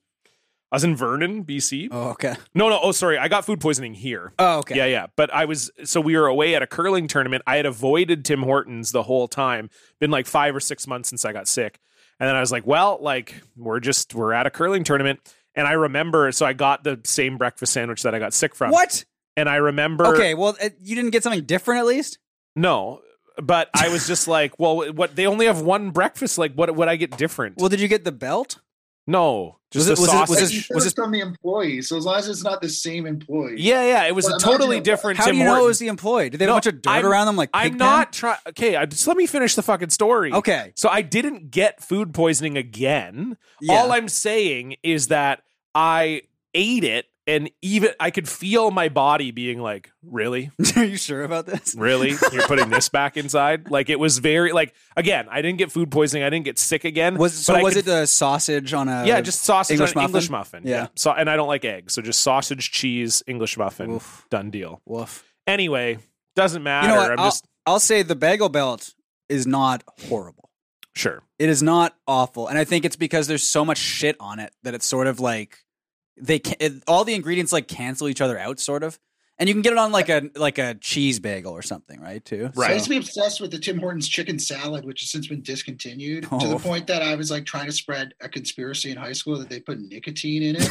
S1: I was in Vernon, BC.
S3: Oh okay.
S1: No, no. Oh, sorry. I got food poisoning here.
S3: Oh okay.
S1: Yeah, yeah. But I was so we were away at a curling tournament. I had avoided Tim Hortons the whole time. Been like five or six months since I got sick. And then I was like, well, like we're just we're at a curling tournament. And I remember, so I got the same breakfast sandwich that I got sick from.
S3: What?
S1: And I remember,
S3: Okay. Well, uh, you didn't get something different at least.
S1: no, but I was just like, well, what? They only have one breakfast. Like, what would I get different?
S3: Well, did you get the belt?
S1: no, just
S3: it-
S1: the
S3: was it- was
S1: sausage.
S2: Like,
S3: this-
S2: you said
S3: was
S2: it's
S3: this-
S2: from the employee, so as long as it's not the same employee.
S1: yeah, yeah. It was
S2: Well,
S1: a
S2: imagine
S1: totally
S2: it-
S1: different.
S3: How
S1: Tim
S3: do you know it
S1: Hortons.
S3: was the employee? Did they have
S1: No,
S3: a bunch of dirt
S1: I'm-
S3: around them? Like
S1: I'm
S3: Pigpen?
S1: not trying. Okay, I, just let me finish the fucking story.
S3: Okay.
S1: So I didn't get food poisoning again.
S3: Yeah.
S1: All I'm saying is that I ate it, and even I could feel my body being like, "Really,
S3: Are you sure about this?
S1: really, you're putting this back inside?" Like it was very like again. I didn't get food poisoning. I didn't get sick again.
S3: Was so?
S1: but I
S3: Was
S1: could
S3: it the sausage on a?
S1: yeah, just sausage
S3: English
S1: on
S3: muffin?
S1: English muffin.
S3: Yeah.
S1: So and I don't like eggs, so just sausage, cheese, English muffin.
S3: Oof.
S1: Done deal.
S3: Woof.
S1: Anyway, doesn't matter.
S3: You know what?
S1: I'm
S3: I'll,
S1: just
S3: I'll say the bagel belt is not horrible.
S1: sure.
S3: It is not awful, and I think it's because there's so much shit on it that it's sort of like they can, it, all the ingredients like cancel each other out, sort of. And you can get it on like a like a cheese bagel or something, right? Too
S1: Right.
S2: I used to be obsessed with the Tim Hortons chicken salad, which has since been discontinued to
S3: Oh.
S2: the point that I was like trying to spread a conspiracy in high school that they put nicotine in it.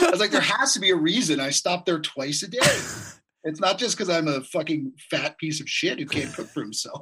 S2: I was like, there has to be a reason I stop there twice a day. It's not just because I'm a fucking fat piece of shit who can't cook for himself.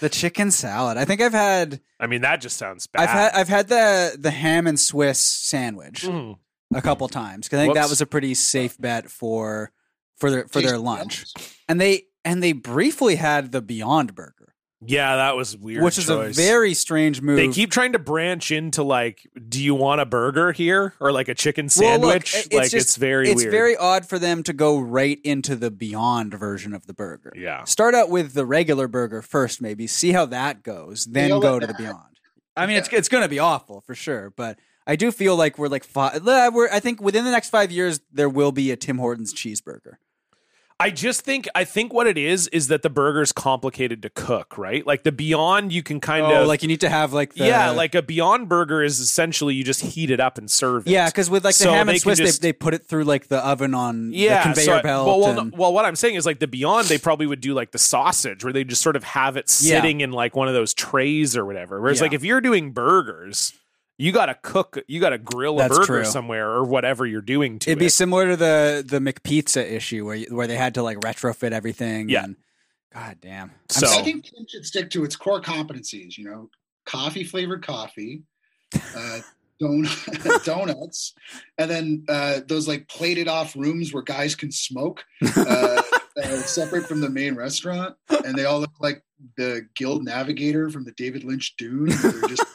S3: The chicken salad. I think I've had
S1: I mean, that just sounds bad.
S3: I've had I've had the the ham and Swiss sandwich
S1: Mm.
S3: a couple times 'cause I think that
S1: Whoops.
S3: was a pretty safe bet for for their for their
S2: Tasty
S3: lunch. And they and they briefly had the Beyond Burger,
S1: Yeah, that was weird.
S3: which is a
S1: choice.
S3: very strange move.
S1: They keep trying to branch into like, do you want a burger here or like a chicken
S3: Well, look,
S1: sandwich?
S3: it's
S1: like
S3: just-
S1: it's very
S3: it's
S1: weird.
S3: very odd for them to go right into the Beyond version of the burger.
S1: yeah.
S3: Start out with the regular burger first, maybe see how that goes, then
S2: Nail
S3: go
S2: it
S3: to the
S2: back.
S3: Beyond. I mean, it's it's going to be awful for sure, but. I do feel like we're like five. We're, I think within the next five years there will be a Tim Hortons cheeseburger.
S1: I just think I think what it is is that the burger's complicated to cook, right? Like the Beyond, you can kind
S3: oh,
S1: of
S3: like you need to have like the,
S1: yeah, like a Beyond burger is essentially you just heat it up and serve it.
S3: yeah, because with like the
S1: So
S3: ham
S1: they
S3: and
S1: can
S3: Swiss,
S1: just-
S3: they, they put it through like the oven on
S1: Yeah, so
S3: the conveyor
S1: I-
S3: belt.
S1: Well, well, no-
S3: and-
S1: well, what I'm saying is like the Beyond, they probably would do like the sausage, where they just sort of have it
S3: Yeah.
S1: sitting in like one of those trays or whatever. Whereas
S3: Yeah.
S1: like if you're doing burgers, you got to cook, you got to grill a
S3: That's
S1: burger
S3: true.
S1: somewhere or whatever you're doing to
S3: It'd be
S1: it.
S3: similar to the the McPizza issue where you- where they had to like retrofit everything.
S1: Yeah.
S3: And, God damn. I'm
S1: So-
S2: I think Tim should stick to its core competencies. You know, coffee flavored coffee, uh, don- donuts, and then uh, those like plated off rooms where guys can smoke, uh, that are separate from the main restaurant, and they all look like the Guild Navigator from the David Lynch Dune. where They're just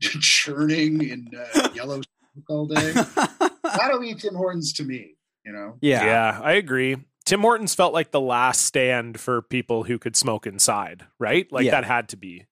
S2: churning in uh, yellow smoke all day. That'll be Tim Hortons to me. You know,
S1: yeah.
S3: yeah.
S1: I agree. Tim Hortons felt like the last stand for people who could smoke inside, right? Like
S3: Yeah.
S1: that had to be.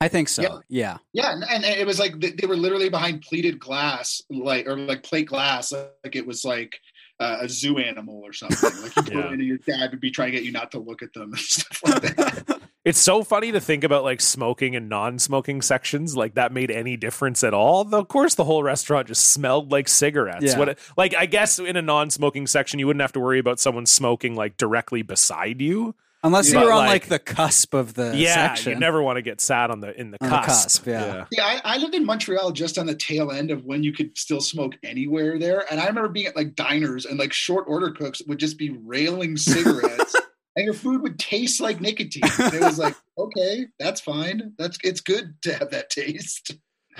S3: I think so. Yeah.
S2: Yeah. Yeah, and, and it was like they, they were literally behind pleated glass, like or like plate glass, like it was like uh, a zoo animal or something. Like you
S1: Yeah.
S2: go in and your dad would be trying to get you not to look at them and stuff like that.
S1: It's so funny to think about like smoking and non-smoking sections. Like that made any difference at all? Though, of course, the whole restaurant just smelled like cigarettes.
S3: Yeah.
S1: What? it- Like I guess in a non-smoking section, you wouldn't have to worry about someone smoking like directly beside you.
S3: Unless you
S1: But,
S3: were on
S1: like-
S3: like, the cusp of the
S1: yeah,
S3: section.
S1: you never want to get sat on the in the
S3: On
S1: cusp.
S3: the cusp, yeah.
S2: Yeah, I, I lived in Montreal just on the tail end of when you could still smoke anywhere there. And I remember being at like diners and like short order cooks would just be railing cigarettes and your food would taste like nicotine. And it was like, okay, that's fine. That's it's good to have that taste.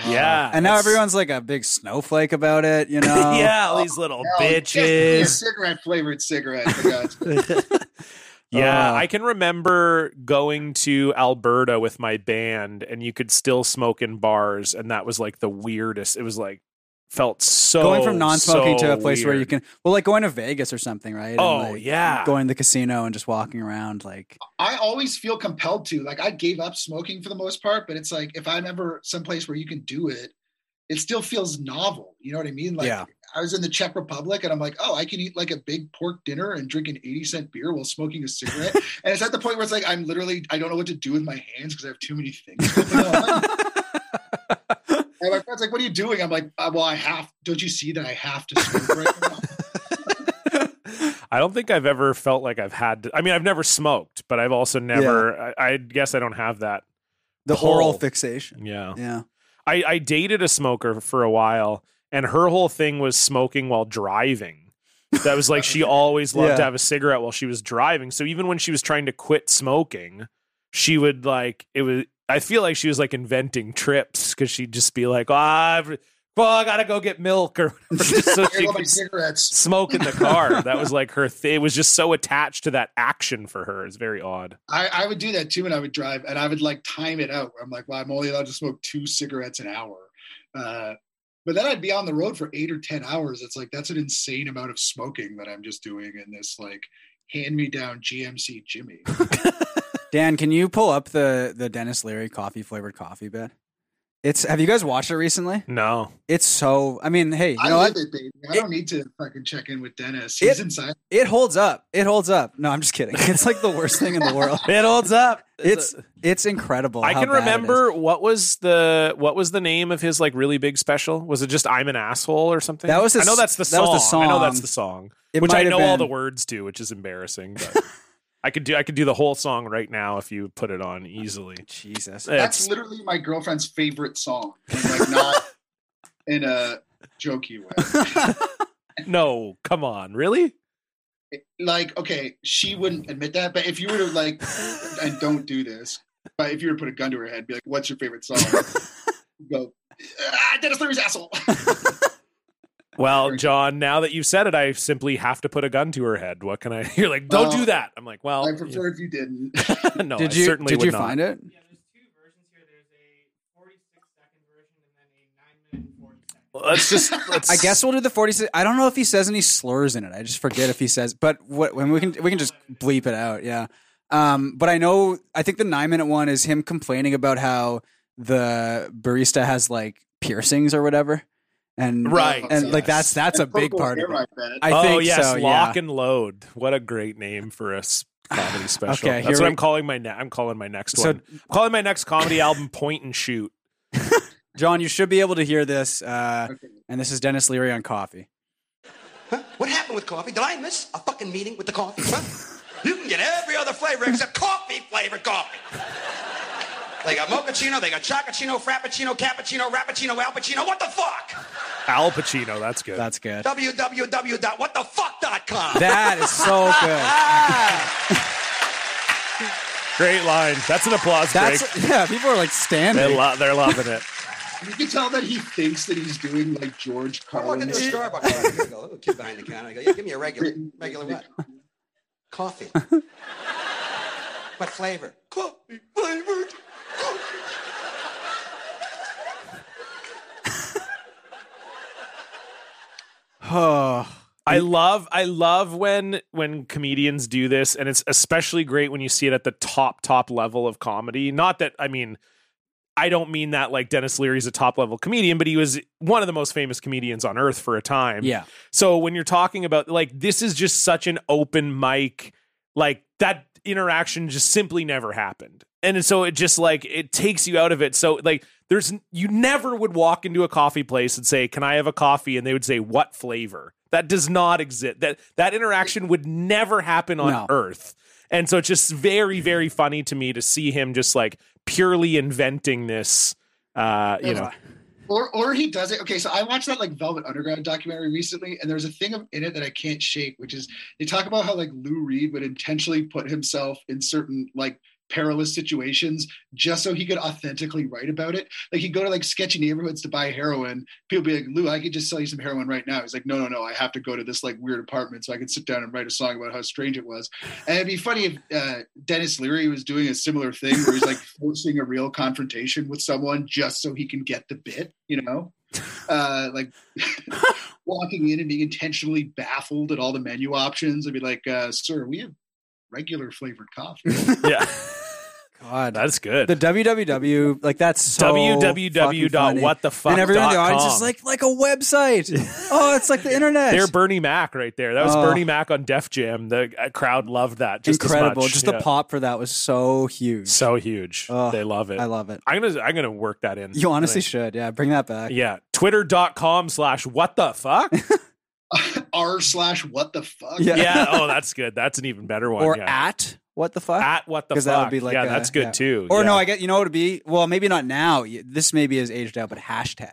S1: Yeah,
S3: Uh-huh. And now uh,
S1: it's-
S3: everyone's like a big snowflake about it, you know?
S1: yeah, all these little
S2: Now, Oh, just be a
S1: bitches.
S2: cigarette flavored cigarette for God's sake.
S1: Yeah,
S3: Uh,
S1: I can remember going to Alberta with my band, and you could still smoke in bars, and that was like the weirdest. It was like felt so
S3: going from non-smoking
S1: so
S3: to a place where you
S1: weird.
S3: can, well, like going to Vegas or something, right? And,
S1: Oh,
S3: like,
S1: yeah.
S3: going to the casino and just walking around, like
S2: I always feel compelled to. Like I gave up smoking for the most part, but it's like if I'm ever someplace where you can do it, it still feels novel. You know what I mean? Like
S3: Yeah.
S2: I was in the Czech Republic and I'm like, oh, I can eat like a big pork dinner and drink an 80 cent beer while smoking a cigarette. and it's at the point where it's like I'm literally I don't know what to do with my hands because I have too many things. going on. and my friend's like, what are you doing? I'm like, uh, well, I have don't you see that I have to smoke right now?
S1: I don't think I've ever felt like I've had. To, I mean, I've never smoked, but I've also never. I, I guess I don't have that.
S3: the
S1: Pull.
S3: oral fixation.
S1: Yeah,
S3: Yeah.
S1: I, I dated a smoker for a while, and her whole thing was smoking while driving. That was like she always loved
S3: Yeah.
S1: to have a cigarette while she was driving. So even when she was trying to quit smoking, she would like it was. I feel like she was like inventing trips because she'd just be like, "Ah, I've- "Well, I gotta go get milk," or whatever, just so
S2: Here
S1: she
S2: go my
S1: could s-
S2: cigarettes.
S1: smoke in the car. That was like her. Th- it was just so attached to that action for her. It's very odd.
S2: I, I would do that too, and I would drive, and I would like time it out. Where I'm like, well, I'm only allowed to smoke two cigarettes an hour, uh, but then I'd be on the road for eight or ten hours. It's like that's an insane amount of smoking that I'm just doing in this like hand-me-down GMC Jimmy.
S3: Dan, can you pull up the the Dennis Leary coffee flavored coffee bit? It's have you guys watched it recently?
S1: No,
S3: It's so I mean, hey, you
S2: I
S3: know
S2: love
S3: what?
S2: it, baby. I don't need to fucking check in with Dennis.
S3: It-
S2: He's inside.
S3: It holds up. It holds up. No, I'm just kidding. It's like the worst thing in the world. it holds up. It's it's incredible.
S1: I
S3: how
S1: can
S3: bad it is.
S1: remember what was the what was the name of his like really big special? Was it just "I'm an asshole" or something?
S3: That was
S1: I
S3: his-
S1: know that's the
S3: that
S1: song.
S3: was the
S1: I know
S3: song.
S1: that's the song,
S3: It
S1: which
S3: might
S1: I
S3: have
S1: know all the
S3: been-
S1: words to, which is embarrassing. But I could do I could do the whole song right now if you put it on easily.
S3: Jesus.
S2: That's
S1: It's,
S2: literally my girlfriend's favorite song, and, like not in a jokey way.
S1: no, come on, really?
S2: like okay she wouldn't admit that but if you were to like and don't do this but if you were to put a gun to her head be like what's your favorite song She'd go ah, dennis leary's asshole
S1: Well, John, now that you've said it, I simply have to put a gun to her head. What can I? You're like, don't
S2: Well,
S1: do that. I'm like,
S3: Oh,
S1: well,
S2: i prefer if you didn't
S1: no,
S3: did
S1: I
S3: you
S1: certainly
S3: did
S1: would
S3: you
S1: not.
S3: find it?
S5: Yeah, there's two versions here. There's a 46 second version and then a 9 minute and 40 second.
S1: Let's just. Let's,
S3: I guess we'll do the 46. I don't know if he says any slurs in it. I just forget if he says, but what, when we can, we can just bleep it out. Yeah. Um, but I know, I think the nine minute one is him complaining about how the barista has like piercings or whatever. And,
S1: Right,
S3: and like,
S1: yes.
S3: that's, that's a big
S2: Purple
S3: part of
S2: hair
S3: it.
S2: like that.
S3: I
S1: oh
S3: think
S1: yes,
S3: so.
S1: lock
S3: yeah.
S1: and load. What a great name for a s- comedy special.
S3: Okay,
S1: That's
S3: here
S1: what
S3: we-
S1: I'm calling my. Ne- I'm calling my next
S3: So-
S1: one. I'm calling my next comedy album Point and Shoot.
S3: John, you should be able to hear this. Uh,
S2: Okay.
S3: and this is Dennis Leary on coffee.
S6: Huh? What happened with coffee? Did I miss a fucking meeting with the coffee? Huh? You can get every other flavor except coffee flavored coffee. They got mochaccino, they got chocochino, frappuccino, cappuccino, rappuccino, alpuccino. What the fuck?
S1: Al Pacino. That's good.
S3: That's good.
S6: www.whatthefuck.com.
S3: That is so good.
S1: great line. That's an applause break.
S3: That's yeah. People are like
S1: They
S3: standing.
S1: lo- they're loving it.
S2: you can tell that he thinks that he's doing like george
S6: I walked
S2: carlin
S6: into a
S2: shit.
S6: Starbucks. a while ago. There was a kid behind the counter. I go, yeah, give me a regular. Regular what? Coffee. what flavor? Coffee flavored. coffee.
S3: Oh,
S1: I love I love when when comedians do this and it's especially great when you see it at the top top level of comedy. Not that I mean I don't mean that like Dennis Leary's a top level comedian, but he was one of the most famous comedians on earth for a time.
S3: Yeah.
S1: So when you're talking about like this is just such an open mic, like that interaction just simply never happened. And so it just like it takes you out of it. So like there's you never would walk into a coffee place and say, "Can I have a coffee?" and they would say, "What flavor?" That does not exist. That that interaction would never happen on
S3: No.
S1: earth. And so it's just very very funny to me to see him just like purely inventing this uh you know.
S2: Or or he does it. Okay, so I watched that like Velvet Underground documentary recently, and there's a thing of- in it that I can't shake, which is they talk about how like Lou Reed would intentionally put himself in certain like perilous situations just so he could authentically write about it. Like he'd go to like sketchy neighborhoods to buy heroin. People be like, Lou, I could just sell you some heroin right now. He's like, No, no, no, I have to go to this like weird apartment so I can sit down and write a song about how strange it was. And it'd be funny if uh, Dennis Leary was doing a similar thing where he's like forcing a real confrontation with someone just so he can get the bit, you know? Uh, like walking in and being intentionally baffled at all the menu options. I'd be like, uh, sir, we have regular flavored coffee.
S1: Yeah.
S3: Oh, God.
S1: That's good.
S3: the www like that's so fucking funny.
S1: www.whatthefuck.com.
S3: and everyone in the audience is like like a website oh it's like the internet
S1: They're Bernie Mac right there. That was
S3: Oh.
S1: Bernie Mac on Def Jam. The uh, crowd loved that. Just as
S3: incredible
S1: much.
S3: just
S1: Yeah.
S3: the pop for that was so huge
S1: So huge.
S3: Oh,
S1: they love it.
S3: i love it
S1: I'm gonna I'm gonna work that in.
S3: you honestly should yeah bring that back
S1: yeah. Twitter.com slash what the fuck?
S2: R slash what the fuck?
S3: Yeah.
S1: yeah. Oh, that's good. That's an even better one.
S3: or
S1: yeah.
S3: at what the fuck
S1: At what the fuck.
S3: 'Cause that would be like
S1: yeah,
S3: a-
S1: that's good
S3: yeah.
S1: too.
S3: or
S1: yeah.
S3: no i get you know what it'd be well maybe not now Y- this maybe is aged out but hashtag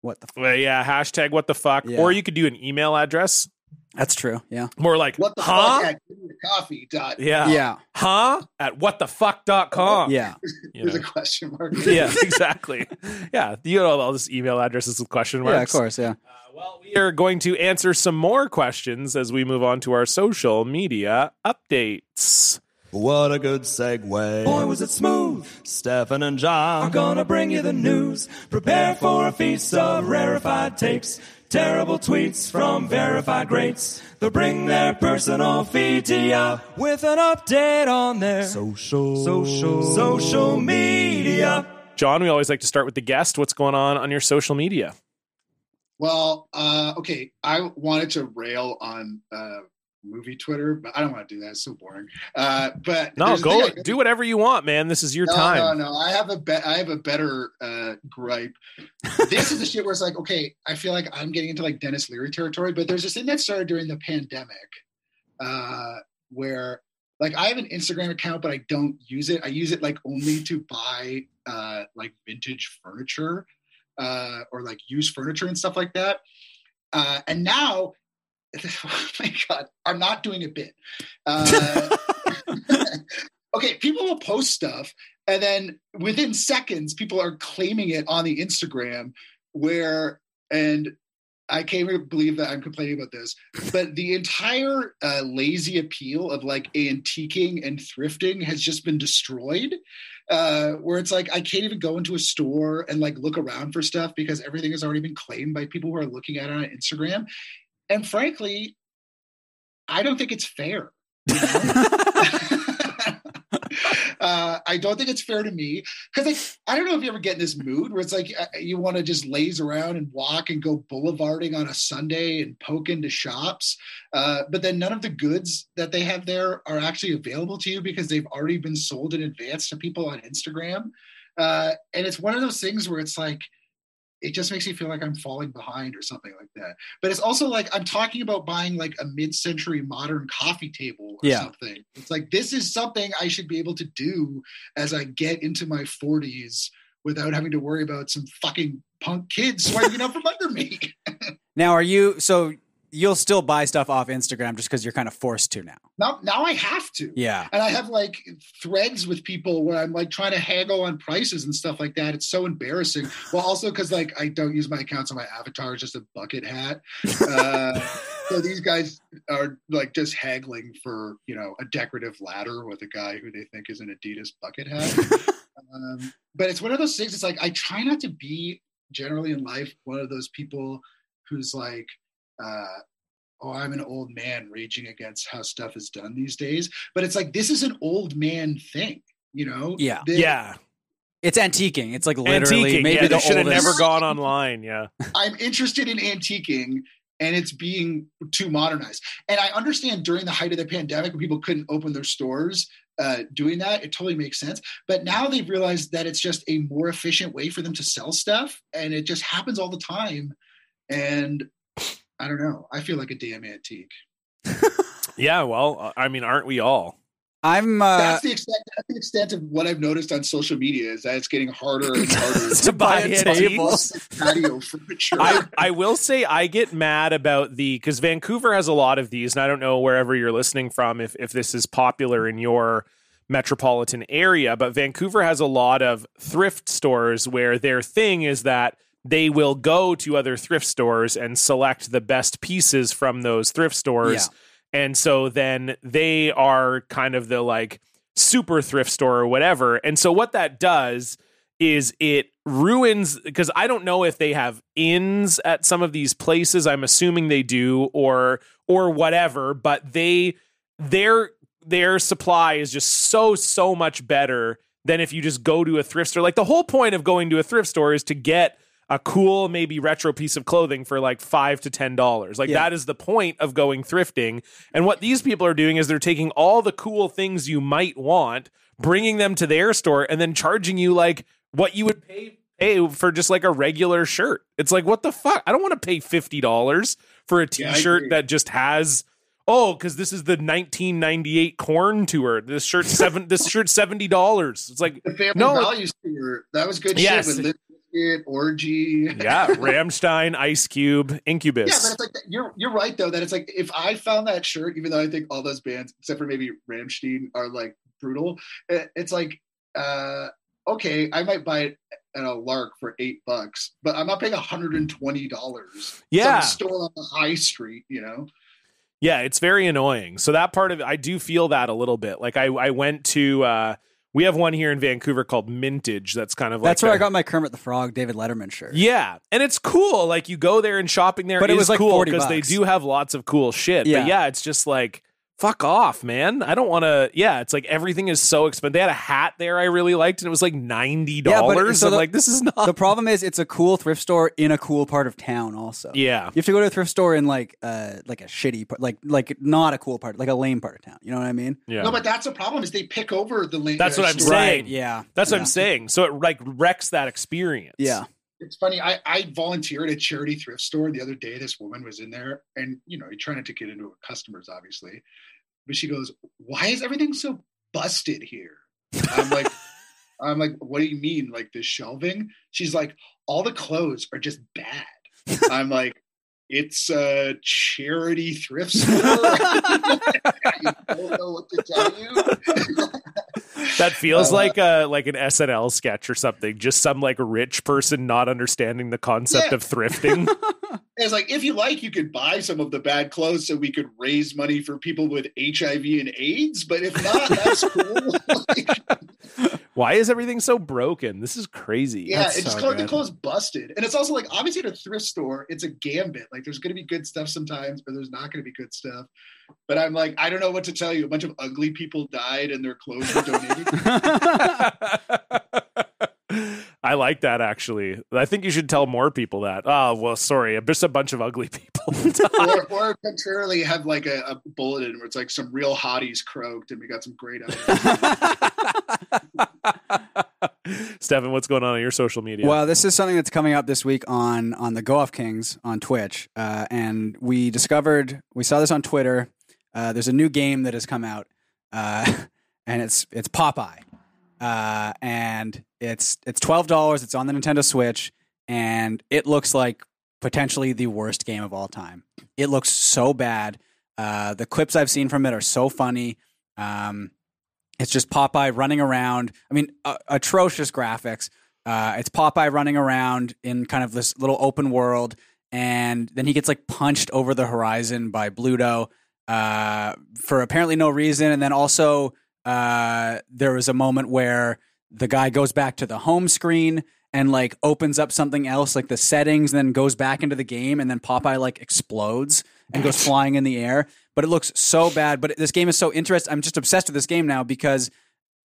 S3: what the fuck
S1: Well, yeah, hashtag what the fuck.
S3: Yeah.
S1: Or you could do an email address.
S3: that's true yeah
S1: More like
S2: What the
S1: huh?
S2: fuck? At give me a coffee. Dot.
S1: Yeah.
S3: yeah
S1: Huh? At whatthefuck.com.
S3: yeah
S1: You know.
S2: There's a question mark.
S1: yeah, exactly. Yeah, you know all these email addresses with question marks.
S3: yeah of course yeah
S5: Uh, well, we
S1: We are going to answer some more questions as we move on to our social media updates.
S7: What a good segue.
S4: Boy, was it smooth.
S7: Stefan and John
S4: I'm gonna bring you the news. Prepare for a feast of rarefied takes, terrible tweets from verified greats. They'll bring their personal feed to ya with an update on their
S7: social.
S4: social social media.
S1: John, we always like to start with the guest. What's going on on your social media?
S2: Well, uh, okay. I wanted to rail on uh, movie Twitter, but I don't want to do that. It's so boring. Uh, but
S1: No,
S2: there's a
S1: go
S2: thing I-
S1: do whatever you want, man. This is your
S2: no,
S1: time.
S2: No, no, I have a bet. I have a better uh, gripe. This is the shit where it's like, okay, I feel like I'm getting into like Dennis Leary territory, but there's this thing that started during the pandemic, uh, where like I have an Instagram account, but I don't use it. I use it like only to buy uh, like vintage furniture uh, or like used furniture and stuff like that. Uh, and now, oh my god, I'm not doing a bit. Uh, okay, people will post stuff, and then within seconds, people are claiming it on the Instagram. Where and I can't even believe that I'm complaining about this, but the entire uh, lazy appeal of like antiquing and thrifting has just been destroyed. Uh, where it's like I can't even go into a store and like look around for stuff because everything has already been claimed by people who are looking at it on Instagram. And frankly, I don't think it's fair. you know? uh, I don't think it's fair to me because I, I don't know if you ever get in this mood where it's like uh, you want to just laze around and walk and go boulevarding on a Sunday and poke into shops, uh, but then none of the goods that they have there are actually available to you because they've already been sold in advance to people on Instagram. Uh, and it's one of those things where it's like, it just makes me feel like I'm falling behind or something like that. But it's also like I'm talking about buying like a mid-century modern coffee table or
S3: Yeah.
S2: something. It's like this is something I should be able to do as I get into my 40s without having to worry about some fucking punk kids swiping out from under me.
S3: now are you so you'll still buy stuff off instagram just because you're kind of forced to now
S2: Now, now I have to.
S3: yeah
S2: And I have like threads with people where I'm like trying to haggle on prices and stuff like that. It's so embarrassing. Well, also because like I don't use my account, so my avatar is just a bucket hat. Uh, so these guys are like just haggling for you know a decorative ladder with a guy who they think is an Adidas bucket hat. um, but it's one of those things. It's like I try not to be generally in life one of those people who's like. Uh, Oh, I'm an old man raging against how stuff is done these days but it's like this is an old man thing you know
S3: Yeah.
S2: The-
S1: yeah.
S3: It's antiquing. It's like literally
S1: Antiquing,
S3: maybe
S1: yeah,
S3: the
S1: they should have
S3: oldest.
S1: never gone online. Yeah,
S2: I'm interested in antiquing and it's being too modernized. And I understand during the height of the pandemic when people couldn't open their stores uh, doing that, it totally makes sense. But now they've realized that it's just a more efficient way for them to sell stuff and it just happens all the time. And I don't know. I feel like a damn antique.
S1: yeah. Well, I mean, aren't we all?
S3: I'm uh,
S2: that's the extent that's the extent of what I've noticed on social media is that it's getting harder and harder
S1: To buy
S3: a
S1: antiques?
S3: table.
S2: patio furniture.
S1: I, I will say I get mad about the because Vancouver has a lot of these, and I don't know wherever you're listening from if if this is popular in your metropolitan area, but Vancouver has a lot of thrift stores where their thing is that they will go to other thrift stores and select the best pieces from those thrift stores. And so then they are kind of the like super thrift store or whatever. And so what that does is it ruins because I don't know if they have inns at some of these places. I'm assuming they do or or whatever, but they their their supply is just so so much better than if you just go to a thrift store. Like the whole point of going to a thrift store is to get a cool maybe retro piece of clothing for like 5 to 10 dollars. Like
S3: Yeah.
S1: that is the point of going thrifting. And what these people are doing is they're taking all the cool things you might want, bringing them to their store and then charging you like what you would pay pay for just like a regular shirt. It's like what the fuck? I don't want to pay $50 for a
S2: Yeah, I
S1: t-shirt
S2: agree.
S1: that just has oh cuz this is the 1998 corn tour. This shirt 7 this shirt $70. It's like
S2: the family
S1: No, it-
S2: values tour. That was good
S1: Yes.
S2: shit with Limp Bizkit, orgy.
S1: yeah, Ramstein, Ice Cube, Incubus.
S2: Yeah, but it's like that- you're you're right though that it's like if I found that shirt, even though I think all those bands except for maybe Ramstein are like brutal, it- it's like uh, okay, I might buy it at a lark for eight bucks, but I'm not paying hundred and twenty dollars.
S1: Yeah.
S2: some store on the high street, you know.
S1: Yeah, it's very annoying. So that part of I do feel that a little bit. Like I I went to uh we have one here in Vancouver called Mintage that's kind of like
S3: that's where
S1: I
S3: I got my Kermit the Frog David Letterman shirt.
S1: Yeah, and it's cool. Like you go there and shopping there,
S3: But it
S1: is
S3: was, like,
S1: cool
S3: 40
S1: because they
S3: bucks.
S1: do have lots of cool shit. But
S3: Yeah.
S1: yeah, it's just like fuck off, man. I don't want to. Yeah, it's like everything is so expensive. They had a hat there I really liked, and it was like ninety dollars.
S3: so
S1: I'm
S3: the-
S1: like, this is not.
S3: The problem is it's a cool thrift store in a cool part of town also.
S1: yeah,
S3: You have to go to a thrift store in like uh like a shitty part, like like not a cool part, like a lame part of town. You know what I mean?
S1: yeah.
S2: No, but that's a problem is they pick over the. la-
S1: That's what I'm
S2: store.
S1: saying.
S3: Yeah.
S1: that's what
S3: Yeah.
S1: I'm saying. So it like wrecks that experience.
S3: Yeah.
S2: it's funny. I, I volunteered at a charity thrift store the other day. This woman was in there, and you know, you're trying not to get into her customers, obviously. But she goes, "Why is everything so busted here?" I'm like, "I'm like, what do you mean, like the shelving?" She's like, "All the clothes are just bad." I'm like, "It's a charity thrift store. I don't know what to tell you."
S1: That feels
S2: Uh,
S1: like a like an SNL sketch or something. Just some like rich person not understanding the concept
S2: Yeah.
S1: of thrifting.
S2: And It's like if you like, you could buy some of the bad clothes so we could raise money for people with HIV and AIDS. But if not, that's cool. Like,
S1: Why is everything so broken? This is crazy.
S2: yeah,
S3: That's
S2: it's just
S3: so
S2: called the
S3: good.
S2: clothes busted, and it's also like obviously at a thrift store, it's a gambit. Like there's going to be good stuff sometimes, but there's not going to be good stuff. But I'm like, I don't know what to tell you. A bunch of ugly people died, and their clothes were donated.
S1: I like that actually. I think you should tell more people that. Oh, well, sorry. Just a bunch of ugly people.
S2: or, or contrarily, have like a, a bulletin where it's like some real hotties croaked, and we got some great. items.
S1: Stefan, what's going on on your social media?
S3: Well, this is something that's coming up this week on on the Go Off Kings on Twitch, uh, and we discovered we saw this on Twitter. Uh, there's a new game that has come out, uh, and it's it's Popeye, uh, and it's it's twelve dollars. It's on the Nintendo Switch, and it looks like potentially the worst game of all time. It looks so bad. Uh, the clips I've seen from it are so funny. Um, it's just Popeye running around. I mean, uh, atrocious graphics. Uh, it's Popeye running around in kind of this little open world, and then he gets like punched over the horizon by Bluto uh, for apparently no reason. And then also uh, there was a moment where the guy goes back to the home screen and like opens up something else, like the settings, and then goes back into the game, and then Popeye like explodes and goes flying in the air. But it looks so bad. But this game is so interesting. I'm just obsessed with this game now because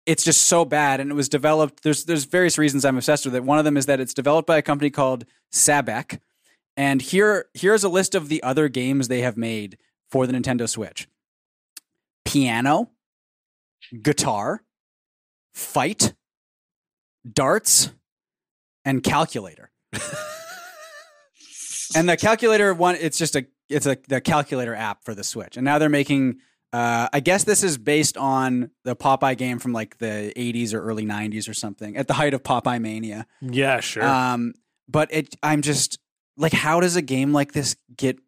S3: it's just so bad and it was developed there's there's various reasons I'm obsessed with it. One of them is that it's developed by a company called Sabec. And here here's a list of the other games they have made for the Nintendo Switch. Piano, guitar, fight, darts, and calculator. and the calculator one it's just a it's a the calculator app for the Switch. And now they're making uh, I guess this is based on the Popeye game from like the 80s or early 90s or something at the height of Popeye mania.
S1: Yeah, sure.
S3: Um, but it, I'm just like, how does a game like this get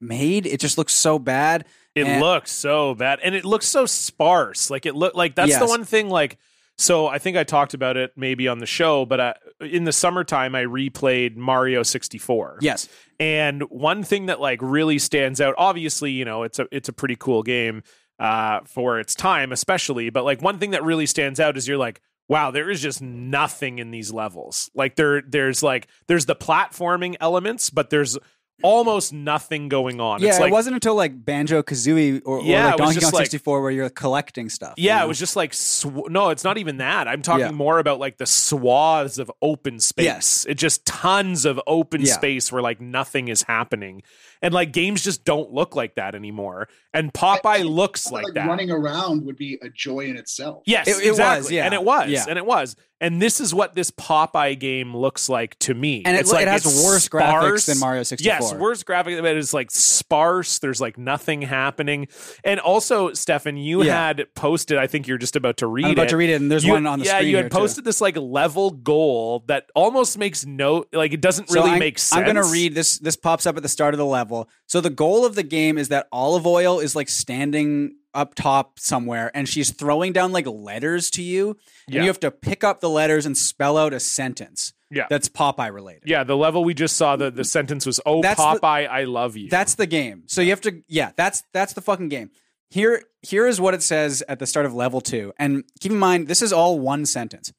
S3: made? It just looks so bad.
S1: It
S3: And-
S1: looks so bad, and it looks so sparse. Like it looked like that's the
S3: Yes.
S1: one thing. Like so, I think I talked about it maybe on the show, but I, in the summertime, I replayed Mario sixty four.
S3: Yes,
S1: and one thing that like really stands out, obviously, you know, it's a it's a pretty cool game uh, for its time, especially. But like one thing that really stands out is you're like. Wow, there is just nothing in these levels. Like there, there's like there's the platforming elements, but there's almost nothing going on.
S3: yeah.
S1: it's like,
S3: it wasn't until like Banjo Kazooie or,
S1: Yeah,
S3: or like
S1: it was
S3: Donkey
S1: just
S3: Kong
S1: like-
S3: 64 where you're collecting stuff. you
S1: Yeah,
S3: know?
S1: it was just like sw- no, it's not even that. I'm talking
S3: Yeah.
S1: more about like the swaths of open space.
S3: Yes.
S1: It just tons of open
S3: Yeah.
S1: space where like nothing is happening. And like games just don't look like that anymore. And Popeye
S2: I- I
S1: looks like, that.
S2: running around would be a joy in itself.
S1: Yes,
S3: It- it was,
S1: exactly.
S3: yeah.
S1: And it was.
S3: Yeah.
S1: And it was. And this is what this Popeye game looks like to me.
S3: And it
S1: it's
S3: lo-
S1: like
S3: it has
S1: it's
S3: worse
S1: sparse.
S3: graphics than Mario 64.
S1: Yes, worse graphics, but it's like sparse. There's like nothing happening. And also, Stefan, you
S3: Yeah.
S1: had posted, I think you're just about to read
S3: I'm about
S1: it.
S3: to read it, and there's
S1: You-
S3: one on the
S1: yeah,
S3: screen
S1: you had
S3: here, too.
S1: posted this like level goal that almost makes no like it doesn't
S3: So
S1: really
S3: I'm,
S1: make sense.
S3: I'm gonna read this. This pops up at the start of the level. So the goal of the game is that olive oil is like standing up top somewhere, and she's throwing down like letters to you, and
S1: Yeah.
S3: you have to pick up the letters and spell out a sentence.
S1: Yeah.
S3: that's Popeye related.
S1: Yeah, the level we just saw, the, the sentence was, Oh
S3: That's
S1: Popeye,
S3: the-
S1: I love you.
S3: That's the game. So you have to yeah, that's that's the fucking game. Here here is what it says at the start of level 2. And keep in mind this is all one sentence.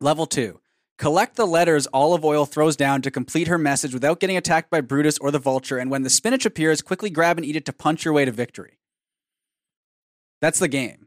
S3: Level 2. Collect the letters Olive Oil throws down to complete her message without getting attacked by Brutus or the vulture and when the spinach appears quickly grab and eat it to punch your way to victory. That's the game.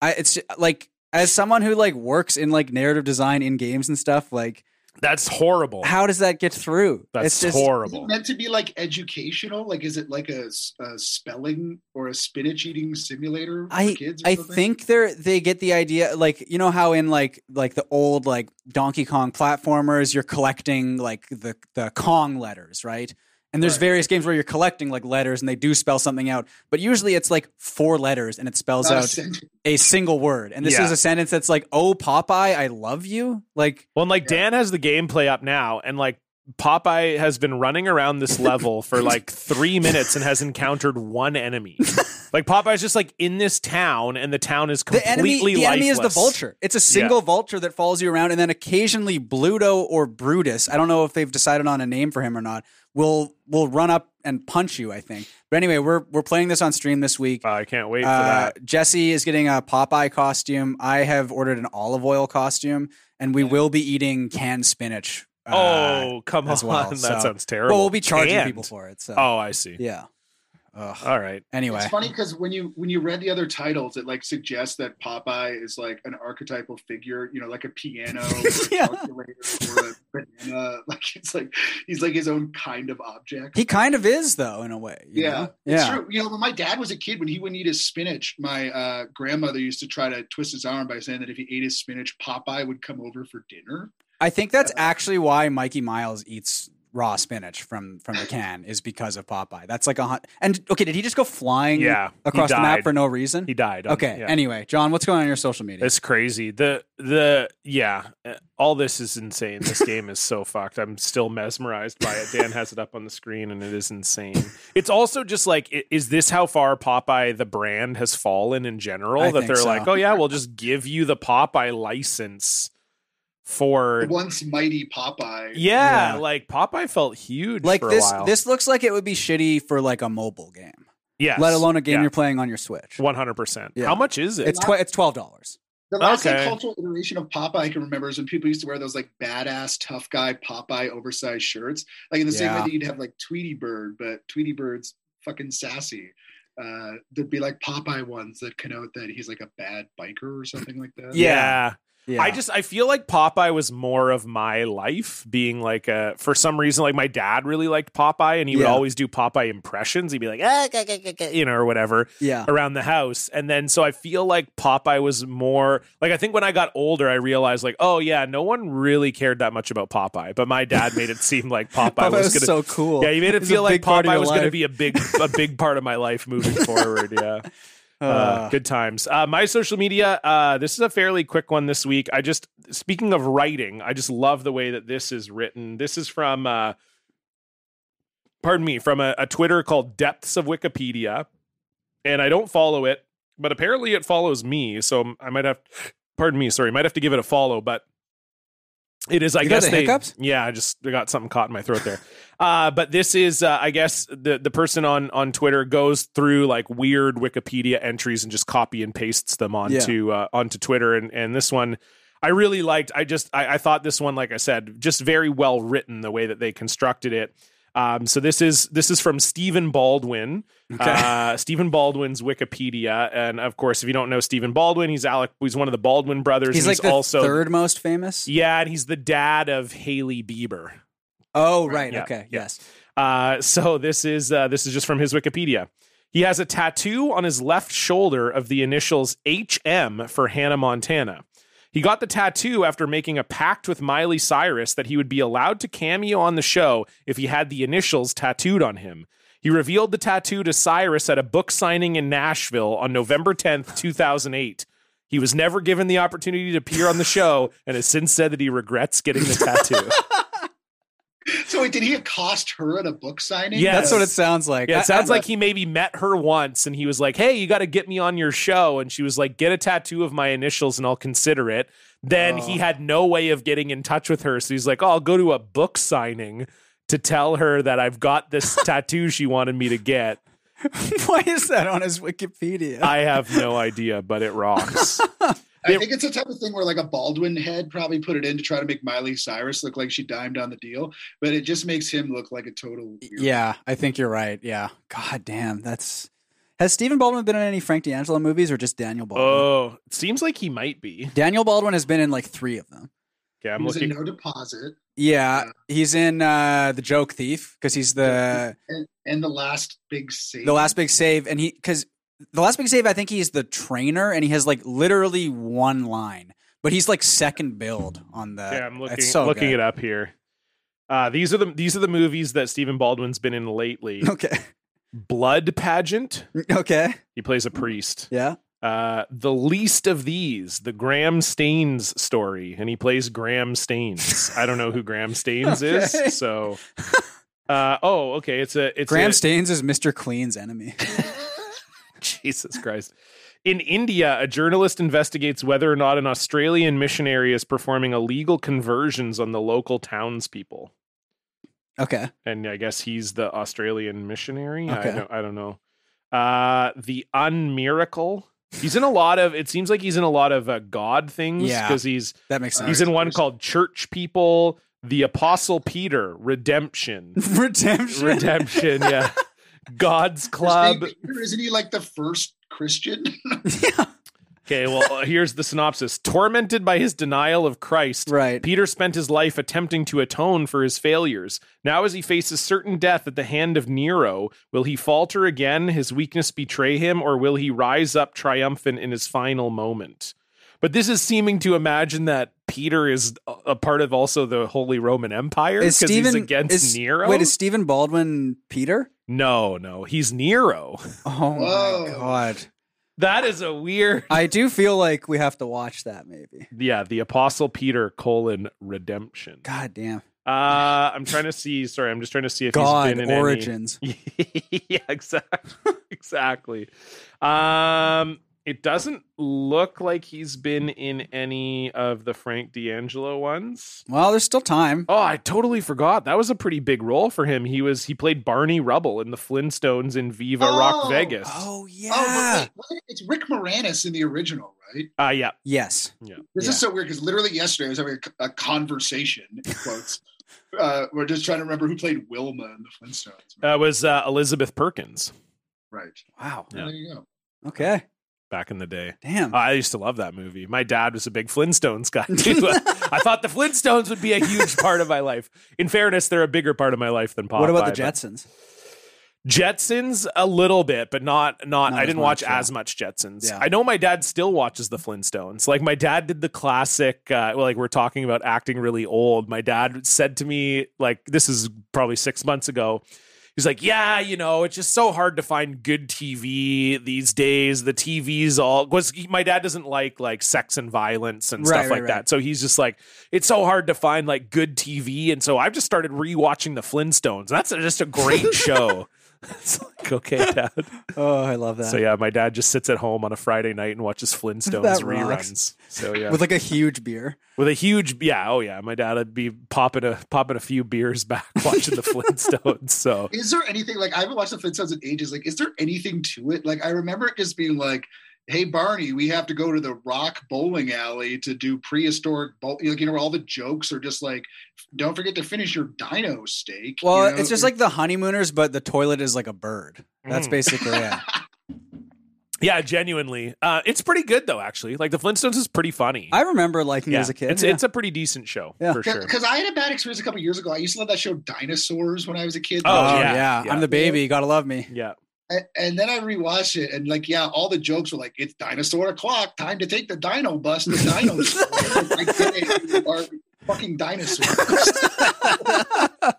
S3: I it's like as someone who like works in like narrative design in games and stuff like
S1: That's horrible.
S3: how does that get through?
S1: That's
S3: it's just
S2: Is it
S1: horrible.
S2: meant to be like educational? Like, is it like a, s- a spelling or a spinach eating simulator for
S3: I
S2: kids? or
S3: I
S2: something?
S3: think they're they get the idea like you know how in like like the old like Donkey Kong platformers you're collecting like the the Kong letters right and there's
S2: Right.
S3: various games where you're collecting like letters and they do spell something out but usually it's like four letters and it spells
S2: Not a
S3: out
S2: sentence.
S3: a single word and this
S1: Yeah.
S3: is a sentence that's like oh Popeye I love you like
S1: Well, and like Dan has the gameplay up now, and like Popeye has been running around this level for like three minutes and has encountered one enemy. Like Popeye's just like in this town, and the town is
S3: the
S1: completely
S3: enemy the enemy is the
S1: lifeless.
S3: vulture it's a single vulture that follows you around and then occasionally Bluto or Brutus I don't know if they've decided on a name for him or not will will run up and punch you I think but anyway we're we're playing this on stream this week
S1: Oh, I can't wait for
S3: uh,
S1: that.
S3: Jesse is getting a Popeye costume I have ordered an olive oil costume and we will be eating canned spinach uh,
S1: oh, come on,
S3: as well,
S1: that
S3: so-
S1: sounds terrible.
S3: well we'll be charging
S1: Canned.
S3: people for it so
S1: Oh, I see.
S3: yeah
S1: All right.
S3: anyway
S2: It's funny because when you when you read the other titles, it like suggests that Popeye is like an archetypal figure, you know, like a piano, or a
S3: Yeah.
S2: calculator, or a banana. Like it's like he's like his own kind of object.
S3: he kind of is though in a way you
S2: yeah,
S3: know?
S2: it's
S3: yeah
S2: true. You know, when my dad was a kid, when he wouldn't eat his spinach, my uh, grandmother used to try to twist his arm by saying that if he ate his spinach, Popeye would come over for dinner.
S3: I think that's actually why Mikey Miles eats raw spinach from from the can is because of Popeye. That's like a hun- and okay, did he just go flying
S1: Yeah, he
S3: across the map
S1: died.
S3: for no reason?
S1: He died. on-
S3: okay.
S1: yeah.
S3: Anyway, John, what's going on in your social media?
S1: It's crazy. The the yeah, uh, all this is insane. This game is so fucked. I'm still mesmerized by it. Dan has it up on the screen, and it is insane. It's also just like, i- is this how far Popeye the brand has fallen in general?
S3: I
S1: that
S3: think
S1: they're
S3: so.
S1: like, oh yeah, we'll just give you the Popeye license for
S2: Once mighty Popeye.
S1: yeah,
S3: Yeah.
S1: Like Popeye felt huge
S3: like
S1: for
S3: this
S1: a while.
S3: this looks like it would be shitty for like a mobile game,
S1: yes,
S3: let alone a game you're playing on your Switch.
S1: one hundred percent.
S3: Yeah.
S1: How much is it?
S3: It's tw- it's twelve dollars.
S2: The last like,
S1: Okay.
S2: cultural iteration of Popeye I can remember is when people used to wear those like badass tough guy Popeye oversized shirts. Like in the same way
S3: Yeah.
S2: that you'd have like Tweety Bird, but Tweety Bird's fucking sassy. Uh, uh, there'd be like Popeye ones that connote that he's like a bad biker or something like that.
S1: yeah.
S3: Yeah.
S1: I just I feel like Popeye was more of my life being like a for some reason like my dad really liked Popeye and he would
S3: Yeah.
S1: always do Popeye impressions. He'd be like ah, ga, ga, ga, ga," you know or whatever
S3: yeah.
S1: around the house. And then so I feel like Popeye was more like I think when I got older I realized like oh yeah no one really cared that much about Popeye, but my dad made it seem like Popeye,
S3: Popeye
S1: was,
S3: was
S1: gonna
S3: so cool.
S1: Yeah, he made it
S3: He's a
S1: feel like
S3: big part of
S1: Popeye
S3: your
S1: was going to
S3: life.
S1: be a big a big part of my life moving forward. Yeah. Uh,
S3: Uh,
S1: good times. Uh, my social media. Uh, this is a fairly quick one this week. I just speaking of writing, I just love the way that this is written. This is from, uh, pardon me, from a, a Twitter called Depths of Wikipedia, and I don't follow it, but apparently it follows me, so I might have, pardon me, sorry, might have to give it a follow, but. It is, I
S3: You got
S1: guess
S3: the
S1: they.
S3: hiccups?
S1: Yeah, I just I got something caught in my throat there. Uh, but this is, uh, I guess, the the person on on Twitter goes through like weird Wikipedia entries and just copy and pastes them onto uh, onto Twitter. And and this one, I really liked. I just I, I thought this one, like I said, just very well written the way that they constructed it. Um, so this is this is from Stephen Baldwin, uh, Stephen Baldwin's Wikipedia, and of course, if you don't know Stephen Baldwin, he's Alec. He's one of the Baldwin brothers.
S3: he's
S1: and
S3: like the
S1: also
S3: third most famous.
S1: yeah, and he's the dad of Haley Bieber.
S3: Oh, right.
S1: Yeah,
S3: okay.
S1: yeah.
S3: Yes.
S1: Uh, so this is uh, this is just from his Wikipedia. He has a tattoo on his left shoulder of the initials HM for Hannah Montana. He got the tattoo after making a pact with Miley Cyrus that he would be allowed to cameo on the show if he had the initials tattooed on him. He revealed the tattoo to Cyrus at a book signing in Nashville on November 10th, 2008. He was never given the opportunity to appear on the show and has since said that he regrets getting the tattoo.
S2: So wait, did he accost her at a book signing?
S1: Yeah,
S3: That's what it sounds like.
S1: Yeah,
S3: I-
S1: it sounds
S3: I-
S1: like he maybe met her once and he was like, Hey, you got to get me on your show. And she was like, Get a tattoo of my initials and I'll consider it. Then he had no way of getting in touch with her. So he's like, Oh, I'll go to a book signing to tell her that I've got this tattoo she wanted me to get.
S3: Why is that on his Wikipedia?
S1: I have no idea, but it rocks.
S2: I think it's the type of thing where like a Baldwin head probably put it in to try to make Miley Cyrus look like she dimed on the deal, but it just makes him look like a total. weirdo.
S3: yeah, I think you're right. Yeah. God damn, that's. Has Stephen Baldwin been in any Frank D'Angelo movies or just Daniel Baldwin?
S1: oh, it seems like he might be.
S3: Daniel Baldwin has been in like three of them.
S1: Okay,
S2: He
S1: I'm
S2: was
S1: looking.
S2: in no deposit
S3: Yeah,
S2: Yeah.
S3: he's in uh, the Joke Thief because he's the
S2: and, and the last big scene.
S3: the last big save, and he because the last big save, I think he's the trainer, and he has like literally one line, but he's like second build on the.
S1: Yeah, I'm looking
S3: it's so
S1: looking
S3: good.
S1: it up here. Uh, these are the these are the movies that Stephen Baldwin's been in lately.
S3: Okay,
S1: Blood pageant.
S3: okay,
S1: He plays a priest.
S3: yeah.
S1: Uh, the least of these, the Graham Staines story, and he plays Graham Staines. I don't know who Graham Staines
S3: Okay.
S1: is, so. Uh, oh, okay. It's a it's
S3: Graham
S1: a,
S3: Staines is Mr. Clean's enemy.
S1: Jesus Christ. In India, a journalist investigates whether or not an Australian missionary is performing illegal conversions on the local townspeople.
S3: Okay,
S1: And I guess he's the Australian missionary. I,
S3: Okay.
S1: don't, I don't know. Uh, the Unmiracle. He's in a lot of. It seems like he's in a lot of uh, God things
S3: Yeah.
S1: because he's
S3: that makes sense.
S1: He's in one called Church People, The Apostle Peter, Redemption.
S3: Redemption.
S1: Redemption, yeah. God's
S2: His
S1: Club.
S2: name- Isn't he like the first Christian? Oh,
S1: Okay, well, uh, here's the synopsis. Tormented by his denial of Christ,
S3: Right.
S1: Peter spent his life attempting to atone for his failures. Now, as he faces certain death at the hand of Nero, will he falter again, his weakness betray him, or will he rise up triumphant in his final moment? But this is seeming to imagine that Peter is a- a part of also the Holy Roman Empire
S3: Is
S1: because he's
S3: Stephen
S1: against
S3: is-
S1: Nero.
S3: Wait, is Stephen Baldwin Peter?
S1: no, no, he's Nero.
S3: Oh
S2: Whoa.
S3: my god.
S1: That is a weird.
S3: I do feel like we have to watch that maybe.
S1: Yeah, the Apostle Peter colon redemption.
S3: God damn.
S1: Uh, I'm trying to see. Sorry, I'm just trying to see if he's
S3: God
S1: been in
S3: origins.
S1: Any... yeah, exactly. exactly. Um, it doesn't look like he's been in any of the Frank D'Angelo ones.
S3: Well, there's still time.
S1: Oh, I totally forgot. That was a pretty big role for him. He was he played Barney Rubble in the Flintstones in Viva Rock
S2: Oh!
S1: Vegas.
S3: Oh yeah.
S2: Oh, but wait, what? it's Rick Moranis in the original, right?
S1: Uh, yeah.
S3: yes.
S2: This
S3: Yeah.
S2: is so weird because literally yesterday I was having a, a conversation. In quotes. uh, we're just trying to remember who played Wilma in the Flintstones.
S1: That was uh, Elizabeth Perkins.
S2: Right.
S3: Wow.
S1: Yeah.
S2: There you go.
S3: Okay.
S1: back in the day.
S3: Damn.
S1: I used to love that movie. My dad was a big Flintstones guy. Too. I thought the Flintstones would be a huge part of my life. In fairness, they're a bigger part of my life than Popeye.
S3: what about the
S1: but-
S3: Jetsons?
S1: Jetsons a little bit, but not not.
S3: Not
S1: I
S3: as
S1: didn't
S3: much,
S1: watch
S3: yeah.
S1: as much Jetsons.
S3: Yeah.
S1: I know my dad still watches the Flintstones. Like my dad did the classic. Uh, well, like we're talking about acting really old. My dad said to me, like this is probably six months ago. He's like, yeah, you know, it's just so hard to find good TV these days. The TV's all was my dad doesn't like like sex and violence and
S3: Right,
S1: stuff
S3: right,
S1: like
S3: right.
S1: that. So he's just like, it's so hard to find like good TV. And so I've just started rewatching the Flintstones. That's just a great show. It's like, okay, dad.
S3: Oh, I love that.
S1: So yeah, my dad just sits at home on a Friday night and watches Flintstones
S3: That
S1: reruns.
S3: rocks.
S1: So yeah,
S3: With
S1: with,
S3: like a huge beer.
S1: a huge yeah, oh yeah, my dad would be popping a popping a few beers back watching the Flintstones. So
S2: Is there anything like I haven't watched the Flintstones in ages? Like, is there anything to it? Like, I remember it just being like, "Hey Barney, we have to go to the Rock Bowling Alley to do prehistoric bowl." Like, you know, where all the jokes are just like, "Don't forget to finish your dino steak." you
S3: Well,
S2: know?
S3: it's just like the honeymooners, but the toilet is like a bird. That's
S1: Mm.
S3: basically it.
S1: yeah, genuinely, uh, it's pretty good though. Actually, like the Flintstones is pretty funny.
S3: I remember liking it
S1: yeah,
S3: as a kid.
S1: it's
S3: yeah.
S1: it's a pretty decent show
S3: Yeah.
S1: for sure.
S2: because I had a bad experience a couple years ago. I used to love that show Dinosaurs when I was a kid.
S1: Oh,
S3: oh
S1: yeah,
S3: yeah.
S1: yeah.
S3: I'm the baby. You gotta love me.
S1: Yeah,
S2: A- and then I rewatched it, and like, yeah, all the jokes were like, "It's dinosaur o'clock, time to take the dino bus." The dino, I get it, you are fucking dinosaurs.
S3: Uh,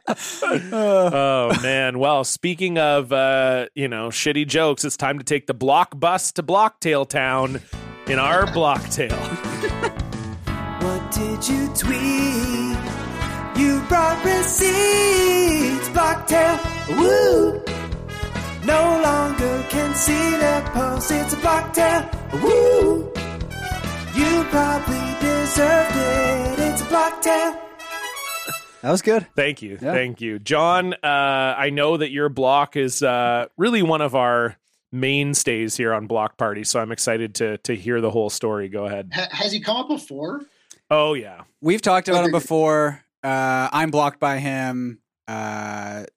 S1: oh man. Well, speaking of uh, you know shitty jokes, it's time to take the block bus to Blocktail Town in our Blocktail.
S8: What did you tweet? You brought receipts, Blocktail. Woo! No longer can see the post. It's a Blocktail. Woo! You probably deserved it. It's a Blocktail.
S3: that was good.
S1: Thank you,
S3: Yeah.
S1: thank you, John. Uh, I know that your block is uh, really one of our mainstays here on Block Party, so I'm excited to to hear the whole story. Go ahead.
S2: Ha- has he come up before?
S1: Oh yeah,
S3: We've talked about him
S2: Okay.
S3: before. Uh, I'm blocked by him. Uh,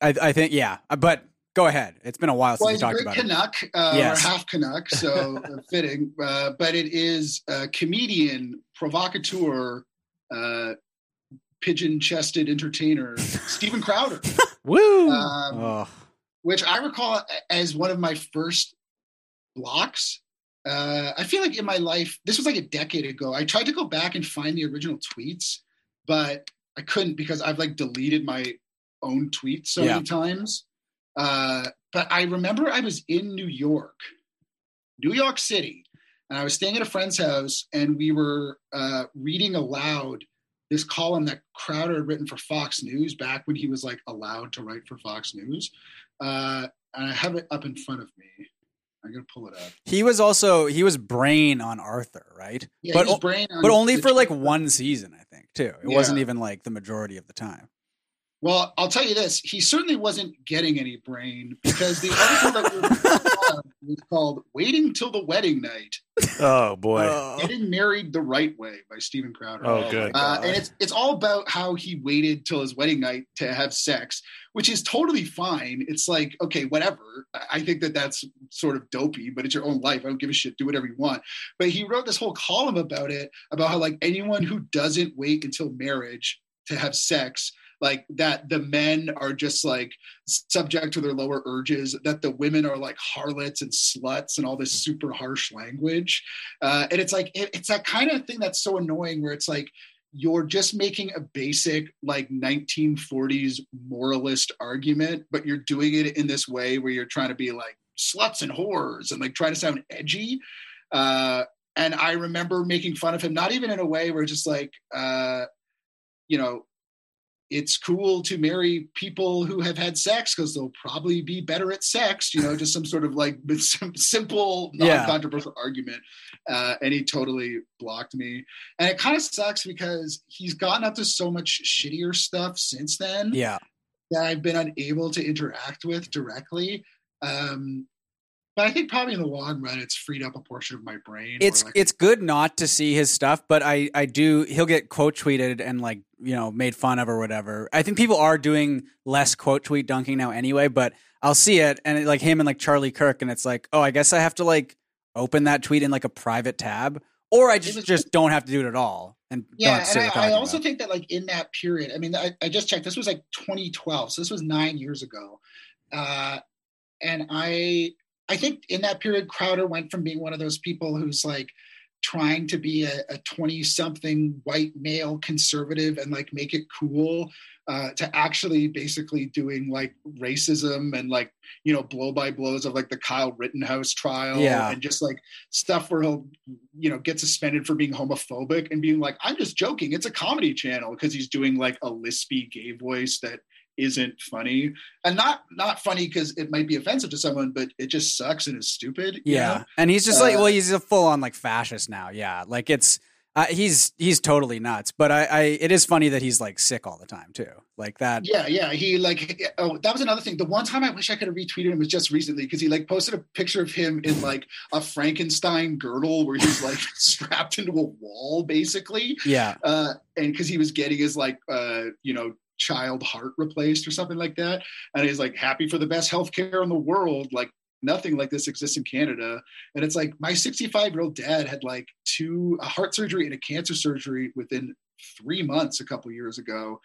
S3: I, I think yeah. But go ahead. It's been a while since
S2: Well,
S3: we
S2: he's
S3: talked
S2: great
S3: about
S2: Canuck,
S3: it.
S2: uh,
S3: Yes.
S2: or half Canuck, so uh, fitting. Uh, but it is uh, comedian, provocateur, uh, pigeon-chested entertainer Stephen Crowder,
S1: woo.
S2: um,
S3: Oh,
S2: which I recall as one of my first blocks. Uh, I feel like in my life, this was like a decade ago. I tried to go back and find the original tweets, but I couldn't because I've like deleted my own tweets so
S3: Yeah.
S2: many times. Uh, but I remember I was in New York, New York City, and I was staying at a friend's house, and we were uh, reading aloud this column that Crowder had written for Fox News back when he was like allowed to write for Fox News. Uh, and I have it up in front of me. I'm gonna pull it up.
S3: he was also he was brain on Arthur, right?
S2: Yeah,
S3: but
S2: his
S3: o-
S2: brain on
S3: but only
S2: the
S3: for like
S2: Twitter.
S3: one season, I think. Too. It
S2: Yeah.
S3: wasn't even like the majority of the time.
S2: Well, I'll tell you this: he certainly wasn't getting any brain because the article that we were reading was called "Waiting Till the Wedding Night:
S1: oh boy.
S3: Oh.
S2: Getting Married the Right Way" by Stephen Crowder.
S1: Oh, good.
S3: my
S2: Uh,
S3: God.
S2: and it's it's all about how he waited till his wedding night to have sex, which is totally fine. It's like okay, whatever. I- I think that that's sort of dopey, but it's your own life. I don't give a shit. Do whatever you want. But he wrote this whole column about it, about how like anyone who doesn't wait until marriage to have sex. Like that, the men are just like subject to their lower urges. That the women are like harlots and sluts and all this super harsh language, uh, and it's like it- it's that kind of thing that's so annoying. Where it's like you're just making a basic like 1940s moralist argument, but you're doing it in this way where you're trying to be like sluts and whores and like try to sound edgy. Uh, and I remember making fun of him, not even in a way where just like, uh, you know, it's cool to marry people who have had sex because they'll probably be better at sex, you know, just some sort of like sim- simple,
S3: Yeah.
S2: non controversial argument. Uh, and he totally blocked me. And it kind of sucks because he's gotten up to so much shittier stuff since then
S3: Yeah.
S2: that I've been unable to interact with directly. Um, But I think probably in the long run, it's freed up a portion of my brain. where,
S3: it's
S2: like,
S3: it's good not to see his stuff, but I I do he'll get quote tweeted and like you know made fun of or whatever. I think people are doing less quote tweet dunking now anyway, but I'll see it and it, like him and like Charlie Kirk, and it's like oh I guess I have to like open that tweet in like a private tab, or I just
S2: was-
S3: just don't have to do it at all and don't
S2: yeah,
S3: have to see
S2: and
S3: what they're
S2: I, I
S3: talking
S2: also
S3: about.
S2: think that like in that period, I mean, I, I just checked. This was like 2012, so this was nine years ago, uh, and I I think in that period, Crowder went from being one of those people who's like trying to be a 20 something white male conservative and like make it cool uh, to actually basically doing like racism and like you know blow by blows of like the Kyle Rittenhouse trial
S3: Yeah.
S2: and just like stuff where he'll you know get suspended for being homophobic and being like I'm just joking it's a comedy channel because he's doing like a lispy gay voice that isn't funny and not not funny because it might be offensive to someone but it just sucks and is stupid you
S3: Yeah,
S2: know?
S3: and he's just like,
S2: Uh,
S3: well, he's a full on like fascist now. Yeah, like it's uh, he's he's totally nuts. But I, I it is funny that he's like sick all the time too. Like that.
S2: Yeah, yeah. He like oh, that was another thing. The one time I wish I could have retweeted him was just recently because he like posted a picture of him in like a Frankenstein girdle where he's like strapped into a wall basically,
S3: Yeah,
S2: uh, and because he was getting his like uh, you know child heart replaced or something like that, and he's like happy for the best healthcare in the world, like. Nothing like this exists in Canada, and it's like my 65 year old dad had like two a heart surgery and a cancer surgery within three months a couple years ago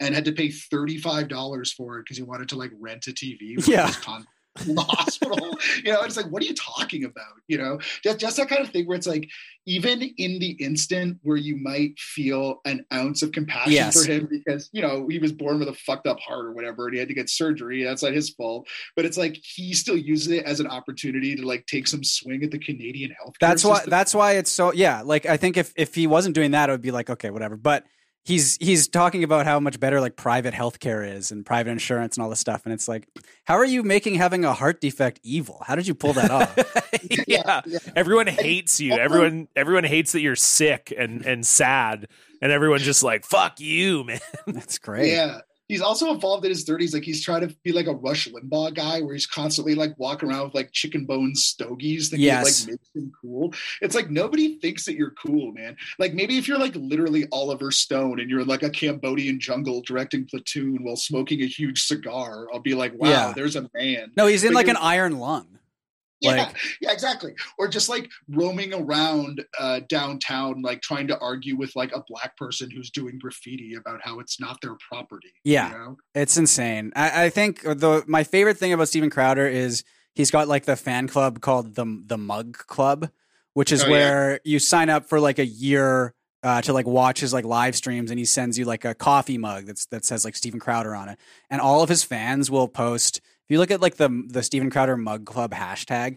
S2: and had to pay $35 for it because he wanted to like rent a TV when
S3: Yeah.
S2: he was con- in the hospital. you know, it's like, what are you talking about? You know, just, just that kind of thing where it's like, even in the instant where you might feel an ounce of compassion
S3: Yes.
S2: for him because, you know, he was born with a fucked up heart or whatever and he had to get surgery. That's not his fault. But it's like, he still uses it as an opportunity to like take some swing at the Canadian health.
S3: that's why.
S2: system.
S3: That's why it's so. Yeah, like I think if if he wasn't doing that, it would be like okay, whatever. But he's he's talking about how much better like private healthcare is and private insurance and all this stuff, and it's like, how are you making having a heart defect evil? How did you pull that off?
S1: yeah.
S2: yeah.
S1: Everyone hates you.
S2: everyone-
S1: Everyone everyone hates that you're sick and and sad. And everyone's just like, fuck you, man.
S3: that's great.
S2: Yeah. He's also evolved in his 30s. Like he's trying to be like a Rush Limbaugh guy where he's constantly like walking around with like chicken bone stogies that
S3: Yes.
S2: like makes him cool. It's like nobody thinks that you're cool, man. Like maybe if you're like literally Oliver Stone and you're in like a Cambodian jungle directing platoon while smoking a huge cigar, I'll be like, wow,
S3: Yeah.
S2: there's a man.
S3: No, he's in
S2: But
S3: like an
S2: you're-
S3: iron lung.
S2: Yeah,
S3: Like-
S2: yeah, exactly. Or just like roaming around uh, downtown, like trying to argue with like a black person who's doing graffiti about how it's not their property.
S3: Yeah.
S2: You know?
S3: It's insane. I, I think the my favorite thing about Steven Crowder is he's got like the fan club called the the Mug Club, which is
S2: Oh, yeah.
S3: where you sign up for like a year uh, to like watch his like live streams, and he sends you like a coffee mug that's that says like Steven Crowder on it, and all of his fans will post. If you look at like the the Steven Crowder Mug Club hashtag,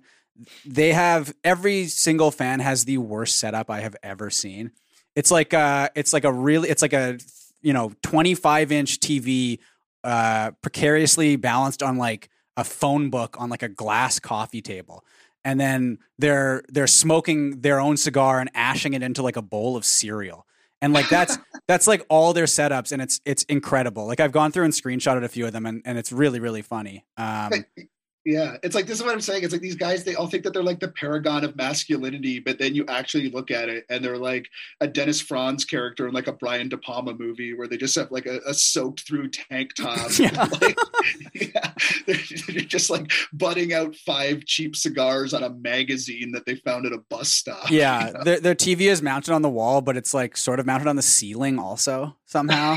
S3: they have every single fan has the worst setup I have ever seen. It's like uh it's like a really it's like a you know 25 inch TV uh precariously balanced on like a phone book on like a glass coffee table. And then they're they're smoking their own cigar and ashing it into like a bowl of cereal. And like that's that's like all their setups and it's it's incredible. Like I've gone through and screenshotted a few of them and, and it's really, really funny. Um
S2: Yeah, it's like this is what I'm saying. It's like these guys, they all think that they're like the paragon of masculinity, but then you actually look at it and they're like a Dennis Franz character in like a Brian De Palma movie where they just have like a, a soaked through tank top.
S3: Yeah.
S2: Like, yeah. They're, they're just like butting out five cheap cigars on a magazine that they found at a bus stop.
S3: yeah, their their TV is mounted on the wall, but it's like sort of mounted on the ceiling also somehow.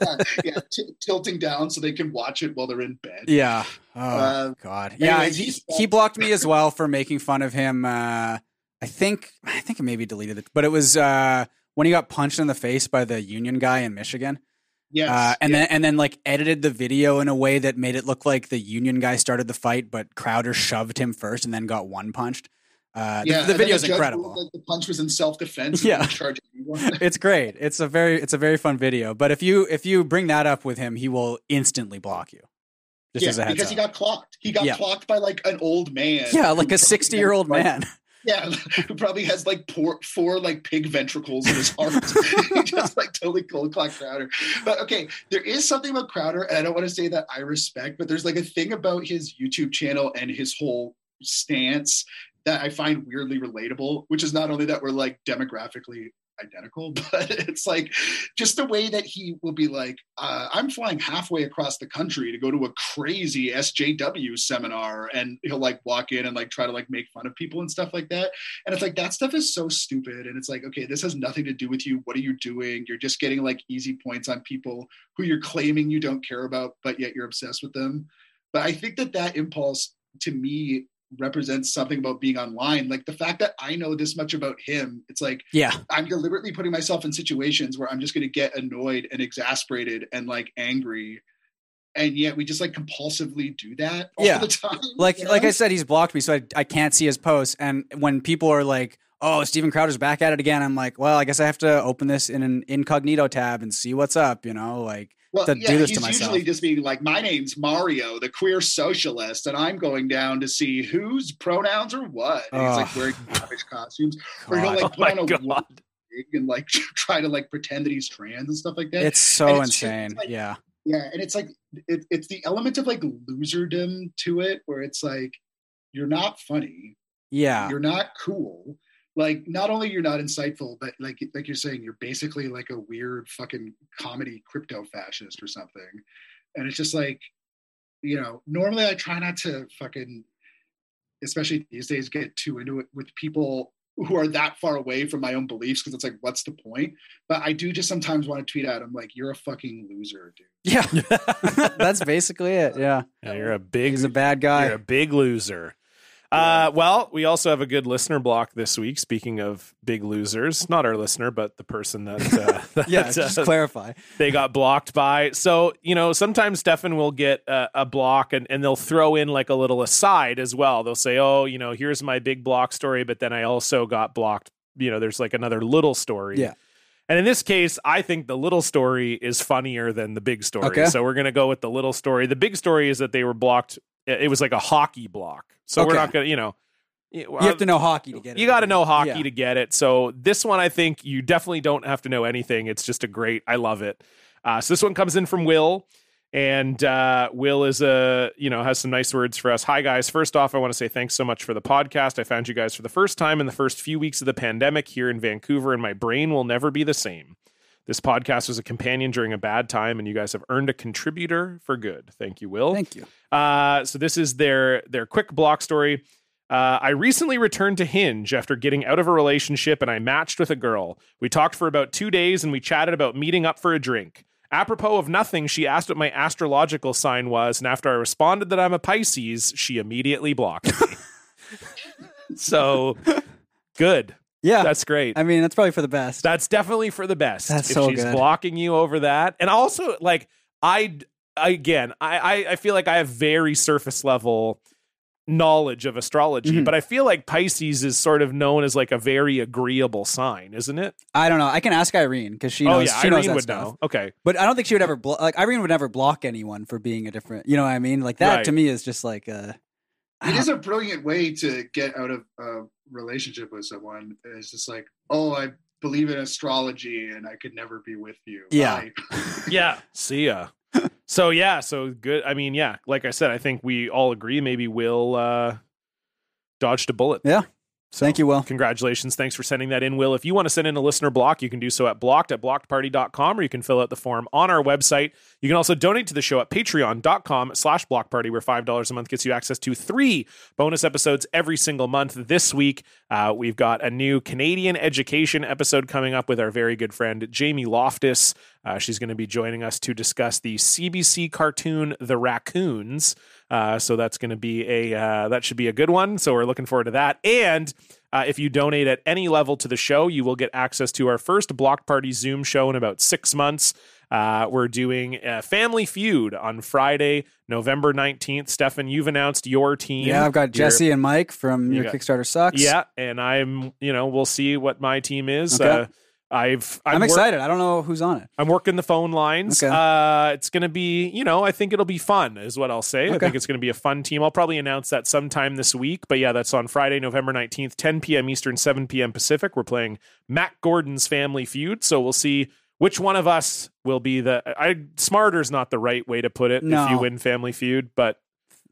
S2: yeah, yeah. T- tilting down so they can watch it while they're in bed.
S3: yeah. Oh
S2: Uh,
S3: God. Yeah,
S2: anyways,
S3: he,
S2: he's-
S3: he blocked me as well for making fun of him. Uh, I think I think I maybe deleted it, but it was uh, when he got punched in the face by the union guy in Michigan,
S2: Yes.
S3: uh, and then and then like edited the video in a way that made it look like the union guy started the fight, but Crowder shoved him first and then got one punched. Uh, the- the,
S2: and then
S3: video is
S2: judge ruled
S3: incredible.
S2: that the punch was in self defense.
S3: Yeah.
S2: Charge anyone.
S3: it's great. It's a very it's a very fun video. But if you if you bring that up with him, he will instantly block you. Just as a heads
S2: because
S3: up.
S2: he got clocked. He got
S3: Yeah.
S2: clocked by like an old man. who
S3: yeah, like a
S2: probably
S3: sixty year old
S2: has, like-
S3: man.
S2: Yeah, who probably has like poor, four like pig ventricles in his heart. he just like totally cold clock Crowder. But okay, there is something about Crowder, and I don't want to say that I respect, but there's like a thing about his YouTube channel and his whole stance that I find weirdly relatable, which is not only that we're like demographically identical, but it's like just the way that he will be like, uh, I'm flying halfway across the country to go to a crazy SJW seminar. And he'll like walk in and like try to like make fun of people and stuff like that. And it's like, that stuff is so stupid. And it's like, okay, this has nothing to do with you. What are you doing? You're just getting like easy points on people who you're claiming you don't care about, but yet you're obsessed with them. But I think that that impulse to me represents something about being online. Like the fact that I know this much about him, it's like
S3: Yeah.
S2: I'm deliberately putting myself in situations where I'm just going to get annoyed and exasperated and like angry. And yet we just like compulsively do that all
S3: Yeah.
S2: the time.
S3: Like
S2: you know?
S3: like I said, he's blocked me, so I, I can't see his posts. And when people are like, "Oh, Steven Crowder's back at it again," I'm like, "Well, I guess I have to open this in an incognito tab and see what's up." You know, like
S2: well,
S3: to
S2: yeah,
S3: do this
S2: he's
S3: to myself.
S2: usually just being like, my name's Mario, the queer socialist, and I'm going down to see whose pronouns are what. And he's like
S3: Ugh.
S2: wearing lavish costumes. Or he'll
S3: God,
S2: like
S1: Oh
S2: put
S1: my
S2: on a
S1: God.
S2: wig and like try to like pretend that he's trans and stuff like that.
S3: it's so
S2: it's just,
S3: insane.
S2: like,
S3: yeah,
S2: Yeah, and it's like it, it's the element of like loserdom to it, where it's like you're not funny,
S3: yeah,
S2: you're not cool. Like not only you're not insightful, but like like you're saying, you're basically like a weird fucking comedy crypto fascist or something. And it's just like, you know, normally I try not to fucking, especially these days, get too into it with people who are that far away from my own beliefs because it's like, what's the point? But I do just sometimes want to tweet out, I'm like, you're a fucking loser, dude.
S3: yeah. That's basically it. Yeah,
S1: Yeah, you're a big
S3: he's a bad guy.
S1: You're a big loser. Uh, well, we also have a good listener block this week. Speaking of big losers, not our listener, but the person that, uh, that
S3: yeah, just
S1: uh,
S3: clarify.
S1: they got blocked by. So, you know, sometimes Stefan will get a, a block and, and they'll throw in like a little aside as well. They'll say, oh, you know, here's my big block story, but then I also got blocked. You know, there's like another little story.
S3: Yeah.
S1: And in this case, I think the little story is funnier than the big story.
S3: Okay.
S1: So we're going to go with the little story. The big story is that they were blocked. It it was like a hockey block. So we're
S3: Okay.
S1: not going to, you know. uh, You
S3: You have to know hockey to get it.
S1: um, you got to know hockey
S3: Yeah.
S1: to get it. So this one, I think you definitely don't have to know anything. It's just a great. I love it. Uh, so this one comes in from Will, and uh, Will is a you know has some nice words for us. Hi guys. First off, I want to say thanks so much for the podcast. I found you guys for the first time in the first few weeks of the pandemic here in Vancouver, and my brain will never be the same. This podcast was a companion during a bad time, and you guys have earned a contributor for good. Thank you, Will.
S3: Thank you.
S1: Uh, so this is their their quick block story. Uh, I recently returned to Hinge after getting out of a relationship and I matched with a girl. We talked for about two days and we chatted about meeting up for a drink. Apropos of nothing, she asked what my astrological sign was, and after I responded that I'm a Pisces, she immediately blocked me. so good.
S3: Yeah,
S1: That's great.
S3: I mean that's probably for the best.
S1: That's definitely for the best.
S3: That's
S1: if
S3: so
S1: she's
S3: good.
S1: blocking you over that. And also, like, I again, I, I I feel like I have very surface level knowledge of astrology,
S3: Mhm.
S1: but I feel like Pisces is sort of known as like a very agreeable sign, isn't it?
S3: I don't know. I can ask Irene because she knows.
S1: oh yeah,
S3: she knows
S1: Irene
S3: that
S1: would
S3: stuff.
S1: know. Okay.
S3: But I don't think she would ever blo- like Irene would never block anyone for being a different. You know what I mean? Like that
S1: Right.
S3: to me is just like uh, a. I
S2: it
S3: don't-
S2: is a brilliant way to get out of a relationship with someone it's just like oh i believe in astrology and i could never be with you
S3: Yeah.
S2: Bye.
S1: Yeah. See ya. so yeah, so good. I mean, yeah, like I said, I think we all agree maybe Will uh dodged a bullet.
S3: Yeah. Thank you, Will.
S1: Congratulations. Thanks for sending that in, Will. If you want to send in a listener block, you can do so at blocked at blockedparty.com or you can fill out the form on our website. You can also donate to the show at patreon.com slash blockparty where $5 a month gets you access to three bonus episodes every single month. This week, uh, we've got a new Canadian education episode coming up with our very good friend Jamie Loftus. Uh, she's going to be joining us to discuss the CBC cartoon The Raccoons. Uh, so that's going to be a uh, that should be a good one. So we're looking forward to that. And uh, if you donate at any level to the show, you will get access to our first block party Zoom show in about six months. Uh, we're doing a Family Feud on Friday, November nineteenth. Stefan, you've announced your team.
S3: Yeah, I've got
S1: Your-
S3: Jesse and Mike from
S1: You
S3: your
S1: got-
S3: Kickstarter sucks.
S1: Yeah, and I'm you know we'll see what my team is.
S3: Okay.
S1: Uh, I've
S3: I'm,
S1: wor-
S3: excited. I don't know who's on it.
S1: I'm working the phone lines.
S3: Okay.
S1: Uh, it's going to be, you know, I think it'll be fun, is what I'll say. I
S3: Okay.
S1: think it's going to be a fun team. I'll probably announce that sometime this week. But yeah, that's on Friday, November 19th, 10 p.m. Eastern, 7 p.m. Pacific. We're playing Matt Gordon's Family Feud. So we'll see which one of us will be the. I Smarter's not the right way to put it
S3: No.
S1: if you win Family Feud, but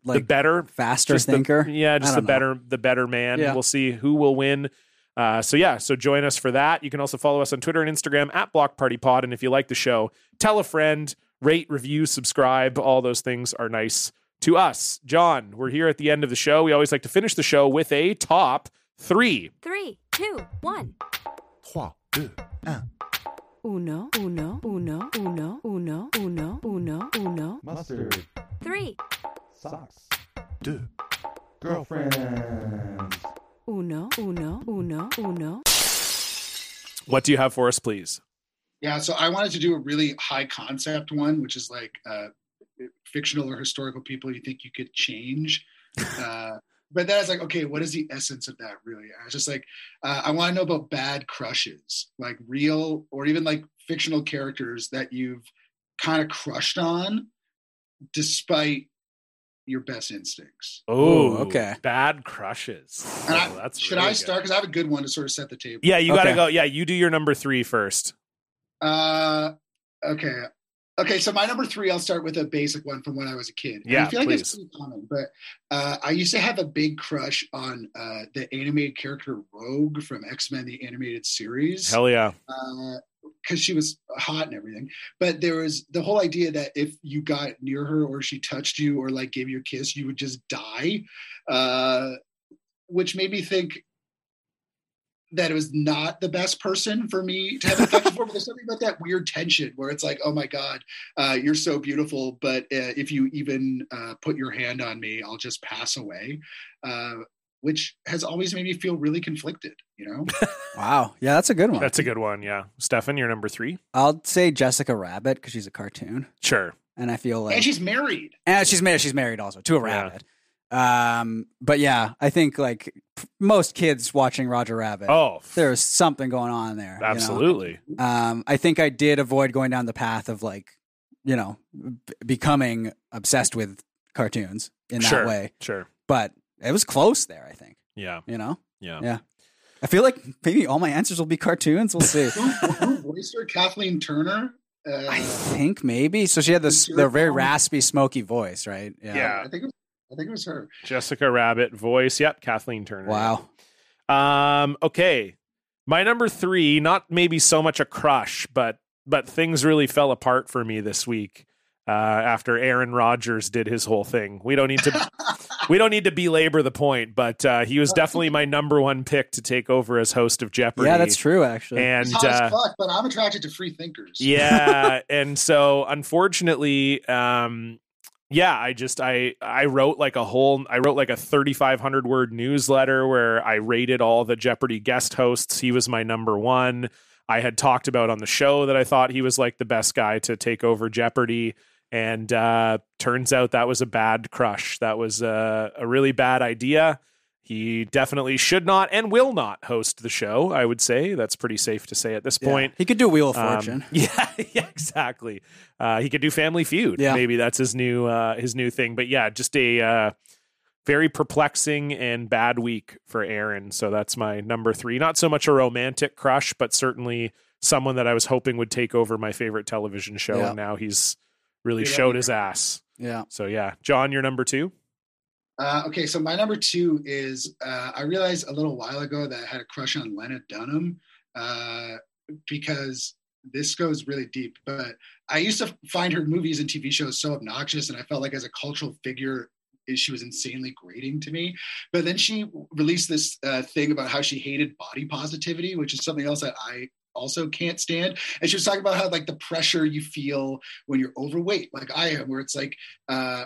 S1: the
S3: like
S1: better
S3: faster
S1: just the-
S3: thinker.
S1: yeah, just
S3: I
S1: the
S3: don't know.
S1: better the better man.
S3: Yeah.
S1: We'll see who will win. Uh, so yeah, so join us for that. You can also follow us on Twitter and Instagram at Block Party Pod. And if you like the show, tell a friend, rate, review, subscribe. All those things are nice to us. John, we're here at the end of the show. We always like to finish the show with a top three.
S9: Three, two, one. Uno, uno, uno, uno, uno, uno, uno, uno.
S10: Mustard.
S9: Three,
S10: Socks. Deux. Girlfriends.
S9: uno, uno, uno, uno.
S1: What do you have for us, please?
S2: Yeah, so I wanted to do a really high concept one, which is like uh, fictional or historical people you think you could change. Uh, but then I was like, okay, what is the essence of that really? I was just like, uh, I want to know about bad crushes, like real or even like fictional characters that you've kind of crushed on despite your best instincts.
S1: Oh,
S3: okay.
S1: Bad crushes.
S2: And I,
S1: Oh, that's
S2: should
S1: really
S2: I
S1: good.
S2: start? Because I have a good one to sort of set the table.
S1: Yeah, you gotta
S3: Okay.
S1: go. Yeah, you do your number three first.
S2: Uh, okay. Okay, so my number three, I'll start with a basic one from when I was a kid. And
S1: Yeah,
S2: I feel like it's
S1: please.
S2: pretty common, but uh, I used to have a big crush on uh, the animated character Rogue from X Men, the animated series
S1: Hell yeah.
S2: because uh, she was hot and everything. But there was the whole idea that if you got near her or she touched you or like gave you a kiss, you would just die, uh, which made me think that it was not the best person for me to have affection for. But there's something about that weird tension where it's like, oh my god, uh, you're so beautiful, but uh, if you even uh, put your hand on me, I'll just pass away. Uh, which has always made me feel really conflicted, you know?
S3: Wow. Yeah, that's a good one.
S1: That's a good one. Yeah. Stefan, your number three?
S3: I'll say Jessica Rabbit because she's a cartoon,
S1: Sure.
S3: and I feel like
S2: and she's married.
S3: And she's married. She's married also to a rabbit. Um, but yeah, I think like p- most kids watching Roger Rabbit,
S1: Oh, f-
S3: there's something going on there. you know?
S1: absolutely.
S3: Um, I think I did avoid going down the path of like, you know, b- becoming obsessed with cartoons in that
S1: sure.
S3: way.
S1: Sure.
S3: But it was close there. I think
S1: Yeah.
S3: you know.
S1: Yeah.
S3: Yeah. I feel like maybe all my answers will be cartoons. We'll see.
S2: who, who voiced her? Kathleen Turner. Uh,
S3: I think maybe. So she had this the very raspy, smoky voice, right?
S1: Yeah.
S2: I think it was, I think it was her.
S1: Jessica Rabbit voice. Yep. Kathleen Turner.
S3: Wow.
S1: Um, okay. My number three, not maybe so much a crush, but but things really fell apart for me this week uh, after Aaron Rodgers did his whole thing. We don't need to we don't need to belabor the point, but uh, he was definitely my number one pick to take over as host of Jeopardy.
S3: Yeah, that's true. Actually.
S1: And
S2: She's hot
S1: uh,
S2: as fuck, but I'm attracted to free thinkers.
S1: yeah and so unfortunately um yeah i just i i wrote like a whole i wrote like a 3500 word newsletter where i rated all the jeopardy guest hosts he was my number one i had talked about on the show that i thought he was like the best guy to take over jeopardy and uh turns out that was a bad crush that was a, a really bad idea he definitely should not and will not host the show i would say that's pretty safe to say at this
S3: Yeah.
S1: point
S3: He could do Wheel of
S1: um,
S3: Fortune.
S1: yeah, yeah, exactly. Uh, he could do Family Feud.
S3: Yeah.
S1: Maybe that's his new uh, his new thing. But yeah, just a uh, very perplexing and bad week for Aaron. So that's my number three. Not so much a romantic crush, but certainly someone that I was hoping would take over my favorite television show,
S3: Yeah.
S1: and now he's really
S2: Yeah.
S1: showed his ass.
S3: yeah.
S1: So yeah, John, you're number two.
S2: Uh, okay, so my number two is uh, I realized a little while ago that I had a crush on Lena Dunham uh, because this goes really deep. But I used to find her movies and TV shows so obnoxious, and I felt like as a cultural figure, eh, she was insanely grating to me. But then she released this uh, thing about how she hated body positivity, which is something else that I also can't stand. And she was talking about how like the pressure you feel when you're overweight, like I am, where it's like. Uh,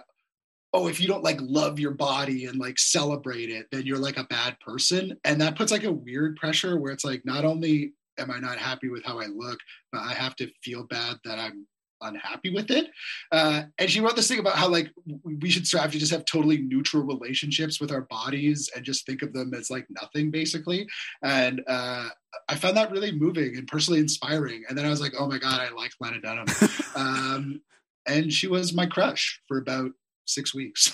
S2: oh, if you don't like love your body and like celebrate it, then you're like a bad person. And that puts like a weird pressure where it's like, not only am I not happy with how I look, but I have to feel bad that I'm unhappy with it. Uh, and she wrote this thing about how like w- we should strive to just have totally neutral relationships with our bodies and just think of them as like nothing basically. And uh, I found that really moving and personally inspiring. And then I was like, oh my God, I like Lena Dunham. um, and she was my crush for about six weeks.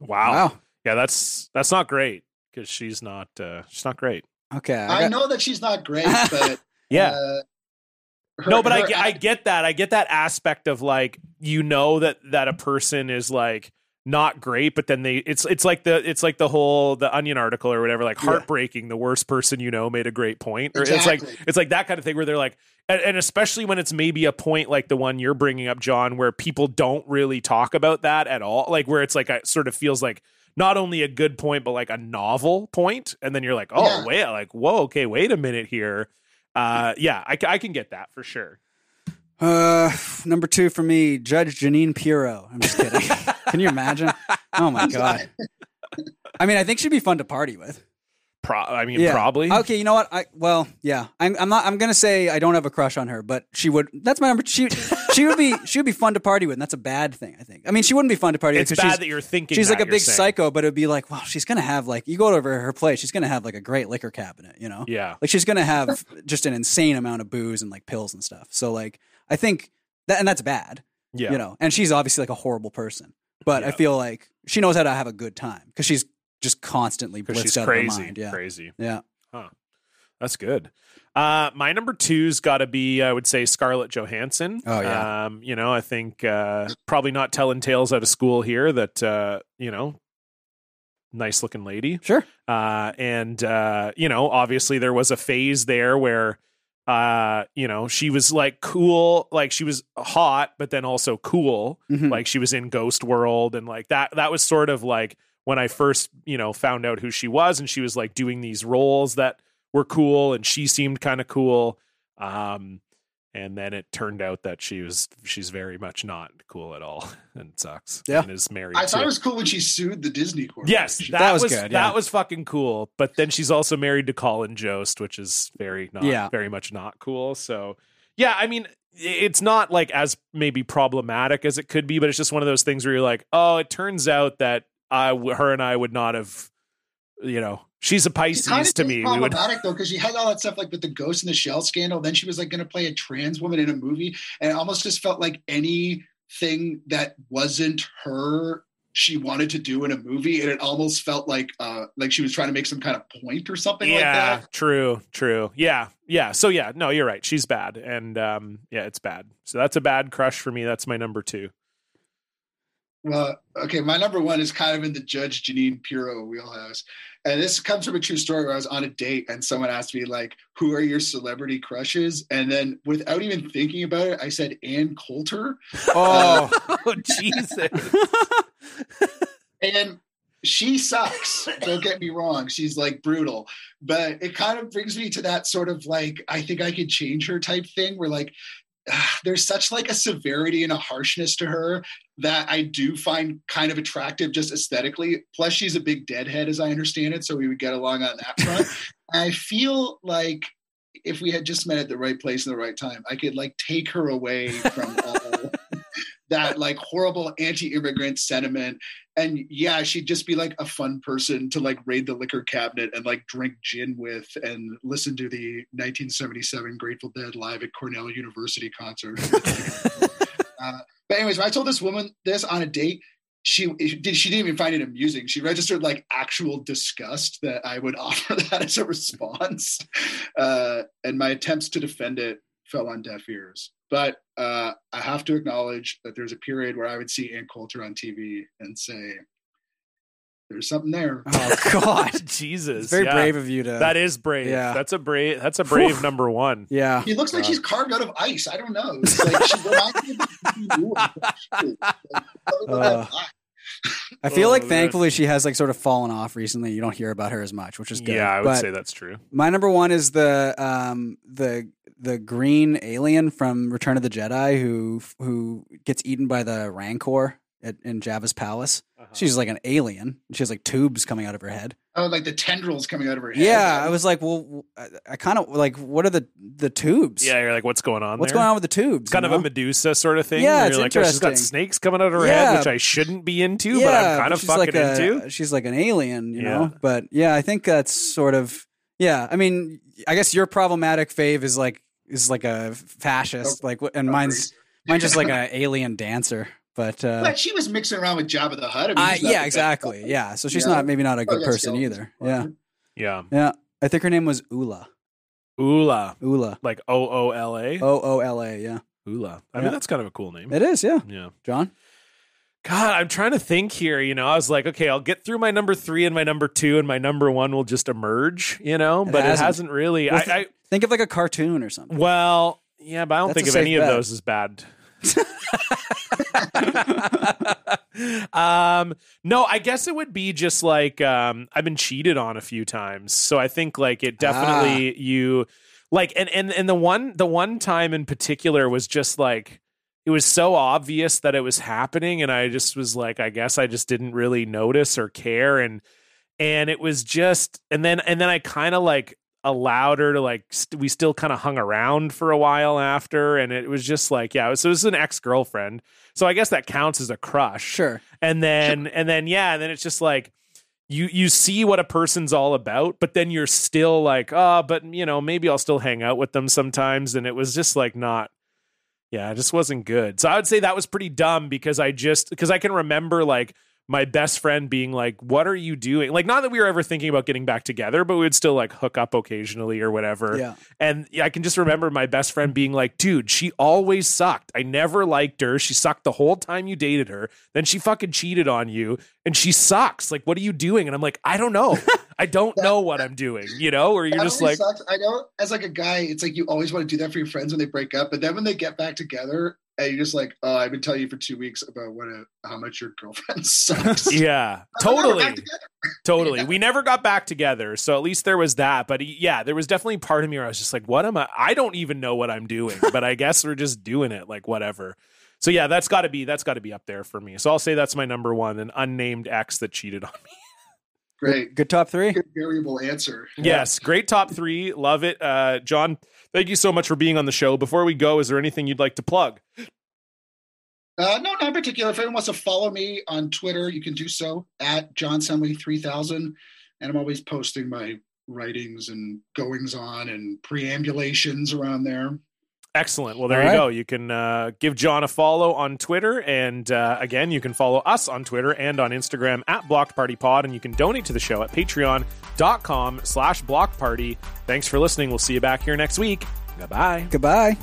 S1: Wow.
S3: Wow.
S1: Yeah, that's that's not great because she's not uh, she's not great.
S3: Okay. I
S2: I
S3: got-
S2: know that she's not great, but uh, her-
S1: no but I,
S2: her
S1: get- I
S2: act-
S1: get that i get that aspect of like you know that that a person is like not great, but then they it's it's like the it's like the whole the onion article or whatever, like
S2: Yeah.
S1: heartbreaking, the worst person you know made a great point. Or it's like
S2: Exactly.
S1: it's like that kind of thing where they're like and, and especially when it's maybe a point like the one you're bringing up, John, where people don't really talk about that at all. Like where it's like a sort of feels like not only a good point, but like a novel point. And then you're like, oh
S2: Yeah.
S1: wait, like, whoa, okay, wait a minute here. Uh yeah, I, ca- I can get that for sure.
S3: Uh, number two for me, Judge Janine Pirro. I'm just kidding. Can you imagine? Oh my god. I mean, I think she'd be fun to party with.
S1: Pro I mean
S3: Yeah.
S1: probably.
S3: Okay, you know what? I well, yeah. I'm, I'm not. I'm gonna say I don't have a crush on her, but she would. That's my number. She she would be she would be fun to party with. and That's a bad thing. I think. I mean, she wouldn't be fun to party
S1: It's
S3: with 'cause
S1: bad
S3: she's-
S1: that you're thinking
S3: She's
S1: that,
S3: like a
S1: you're
S3: big
S1: saying.
S3: psycho, but it'd be like, wow, she's gonna have like you go over to her place, she's gonna have like a great liquor cabinet, you know?
S1: Yeah.
S3: Like she's gonna have just an insane amount of booze and like pills and stuff. So like I think that and that's bad.
S1: Yeah.
S3: You know, and she's obviously like a horrible person. But I
S1: Yeah.
S3: feel like she knows how to have a good time because she's just constantly blitzed
S1: because she's
S3: out
S1: crazy,
S3: of her mind. Yeah.
S1: crazy.
S3: Yeah.
S1: That's good. Uh, my number two's got to be, I would say, Scarlett Johansson.
S3: Oh, yeah.
S1: Um, you know, I think uh, probably not telling tales out of school here that uh, you know, nice looking lady.
S3: Sure.
S1: Uh, and uh, you know, obviously there was a phase there where, uh, you know, she was like cool, like she was hot, but then also cool.
S3: Mhm.
S1: Like she was in Ghost World and like that. That was sort of like when I first, you know, found out who she was, and she was like doing these roles that were cool, and she seemed kind of cool. Um, and then it turned out that she was she's very much not cool at all, and sucks.
S3: Yeah.
S1: and is married.
S2: I
S1: to
S2: thought it was cool when she sued the Disney Corporation.
S1: Yes, that,
S3: That
S1: was,
S3: was good, yeah.
S1: That was fucking cool. But then she's also married to Colin Jost, which is very not
S3: Yeah.
S1: very much not cool. So yeah, I mean, it's not like as maybe problematic as it could be, but it's just one of those things where you're like, oh, it turns out that I, her and I would not have, you know, she's a
S2: She kinda
S1: Pisces to
S2: seems
S1: me. We would.
S2: problematic though because she had all that stuff like with the Ghost in the Shell scandal. Then she was like going to play a trans woman in a movie, and it almost just felt like anything that wasn't her she wanted to do in a movie, and it almost felt like uh like she was trying to make some kind of point or something like
S1: yeah,
S2: that.
S1: true, true. Yeah, yeah. So yeah, no, you're right. She's bad, and um, yeah, it's bad. So that's a bad crush for me. That's my number two.
S2: Well, okay, my number one is kind of in the Judge Janine Pirro wheelhouse. And this comes from a true story where I was on a date and someone asked me, like, who are your celebrity crushes? And then without even thinking about it, I said Ann Coulter.
S3: Oh,
S1: Oh Jesus!
S2: And she sucks. Don't get me wrong. She's like brutal. But it kind of brings me to that sort of like, I think I could change her type thing where like ah, there's such like a severity and a harshness to her that I do find kind of attractive just aesthetically. Plus, she's a big deadhead, as I understand it. So we would get along on that front. I feel like if we had just met at the right place and the right time, I could like take her away from all that like horrible anti-immigrant sentiment and yeah, she'd just be like a fun person to like raid the liquor cabinet and like drink gin with and listen to the 1977 Grateful Dead live at Cornell University concert. uh, but anyways, when I told this woman this on a date, she did she didn't even find it amusing. She registered like actual disgust that I would offer that as a response, uh, and my attempts to defend it fell on deaf ears. But uh, I have to acknowledge that there's a period where I would see Ann Coulter on TV and say, "There's something there."
S3: oh God.
S1: Jesus,
S3: It's very
S1: yeah.
S3: brave of you to.
S1: That is brave.
S3: Yeah.
S1: That's a brave that's a brave number one.
S3: yeah.
S2: He looks like
S1: God.
S2: she's carved out of ice. I don't know. It's like she reminds me of-
S3: Uh, I feel like
S1: Oh, man.
S3: thankfully she has like sort of fallen off recently. You don't hear about her as much, which is good.
S1: Yeah, I would
S3: But
S1: say that's true.
S3: My number one is the um the the green alien from Return of the Jedi who who gets eaten by the Rancor at, in Java's palace.
S1: Oh.
S3: She's like an alien. She has like tubes coming out of her head.
S2: oh, like the tendrils coming out of her head.
S3: Yeah, I was like, well, w- I, kind of like, what are the the tubes?
S1: Yeah, you're like, what's going on
S3: what's
S1: there?
S3: going on with the tubes?
S1: It's kind
S3: you
S1: of
S3: know?
S1: a Medusa sort of thing.
S3: Yeah,
S1: where
S3: it's
S1: you're like, oh, she's got
S3: interesting.
S1: snakes coming out of her
S3: Yeah.
S1: head, which I shouldn't be into, but I'm kind
S3: but
S1: of
S3: she's
S1: fucking
S3: like a-
S1: into.
S3: She's like an alien, you
S1: Yeah.
S3: know. But yeah, I think that's sort of yeah. I mean, I guess your problematic fave is like is like a fascist, like what- and mine's mine's just like an alien dancer. But uh,
S2: But she was mixing around with Jabba the Hutt. I mean,
S3: I,
S2: he's not the
S3: yeah,
S2: best
S3: exactly.
S2: guy.
S3: Yeah, so she's
S2: Yeah.
S3: not maybe not a
S2: Probably
S3: good
S2: got
S3: person
S2: skeletons
S3: either.
S2: in her
S3: Yeah,
S2: closet.
S1: Yeah.
S3: yeah. I think her name was Ula.
S1: Ula.
S3: Ula.
S1: Like O O L A.
S3: O O L A. Yeah,
S1: Ula. I
S3: Oh. Yeah.
S1: mean, that's kind of a cool name.
S3: it is. Yeah,
S1: Yeah.
S3: John.
S1: God, I'm trying to think here. You know, I was like, okay, I'll get through my number three and my number two, and my number one will just emerge. You know,
S3: It
S1: but
S3: hasn't.
S1: it hasn't really.
S3: Well,
S1: I,
S3: thi-
S1: I
S3: think of like a cartoon or something.
S1: well, yeah, but I don't
S3: That's a
S1: think of
S3: safe
S1: any
S3: bet.
S1: of those as bad. um, no, I guess it would be just like um, I've been cheated on a few times, so I think like it definitely
S3: Ah.
S1: you like and and and the one the one time in particular was just like it was so obvious that it was happening and I just was like I guess I just didn't really notice or care and and it was just and then and then I kind of like allowed her to like st- we still kind of hung around for a while after and it was just like yeah so it was an ex-girlfriend so I guess that counts as a crush
S3: Sure.
S1: and then and then yeah and then it's just like you you see what a person's all about but then you're still like oh but you know maybe i'll still hang out with them sometimes and it was just like not yeah it just wasn't good so i would say that was pretty dumb because i just because i can remember like my best friend being like what are you doing like not that we were ever thinking about getting back together but we would still like hook up occasionally or whatever
S3: Yeah.
S1: and I can just remember my best friend being like, dude, she always sucked. I never liked her. She sucked the whole time you dated her. Then she fucking cheated on you and she sucks. Like, what are you doing? And I'm like, I don't know. I don't know what I'm doing, you know? Or you're
S2: That
S1: just like,
S2: always sucks. I know as like a guy, it's like you always want to do that for your friends when they break up, but then when they get back together, and you're just like, oh, I've been telling you for two weeks about what a, how much your girlfriend sucks.
S1: yeah,
S2: But then we're
S1: totally.
S2: back together.
S1: Totally. We never got back together. So at least there was that. But yeah, there was definitely part of me where I was just like, what am I? I don't even know what I'm doing, but I guess we're just doing it like whatever. So yeah, that's got to be that's got to be up there for me. So I'll say that's my number one, an unnamed ex that cheated on me.
S2: Great.
S3: Good top three.
S2: Good variable answer.
S1: Yes, great top three, love it. Uh, John, thank you so much for being on the show. Before we go, is there anything you'd like to plug?
S2: Uh, no, not in particular. If anyone wants to follow me on Twitter, you can do so at John Semley 3000. And I'm always posting my writings and goings on and preambulations around there.
S1: Excellent. Well, there
S3: All
S1: you
S3: right.
S1: go. You can uh, give John a follow on Twitter. And uh, again, you can follow us on Twitter and on Instagram at Blocked Party Pod. And you can donate to the show at patreon.com slash block party. Thanks for listening. We'll see you back here next week. Goodbye.
S3: Goodbye.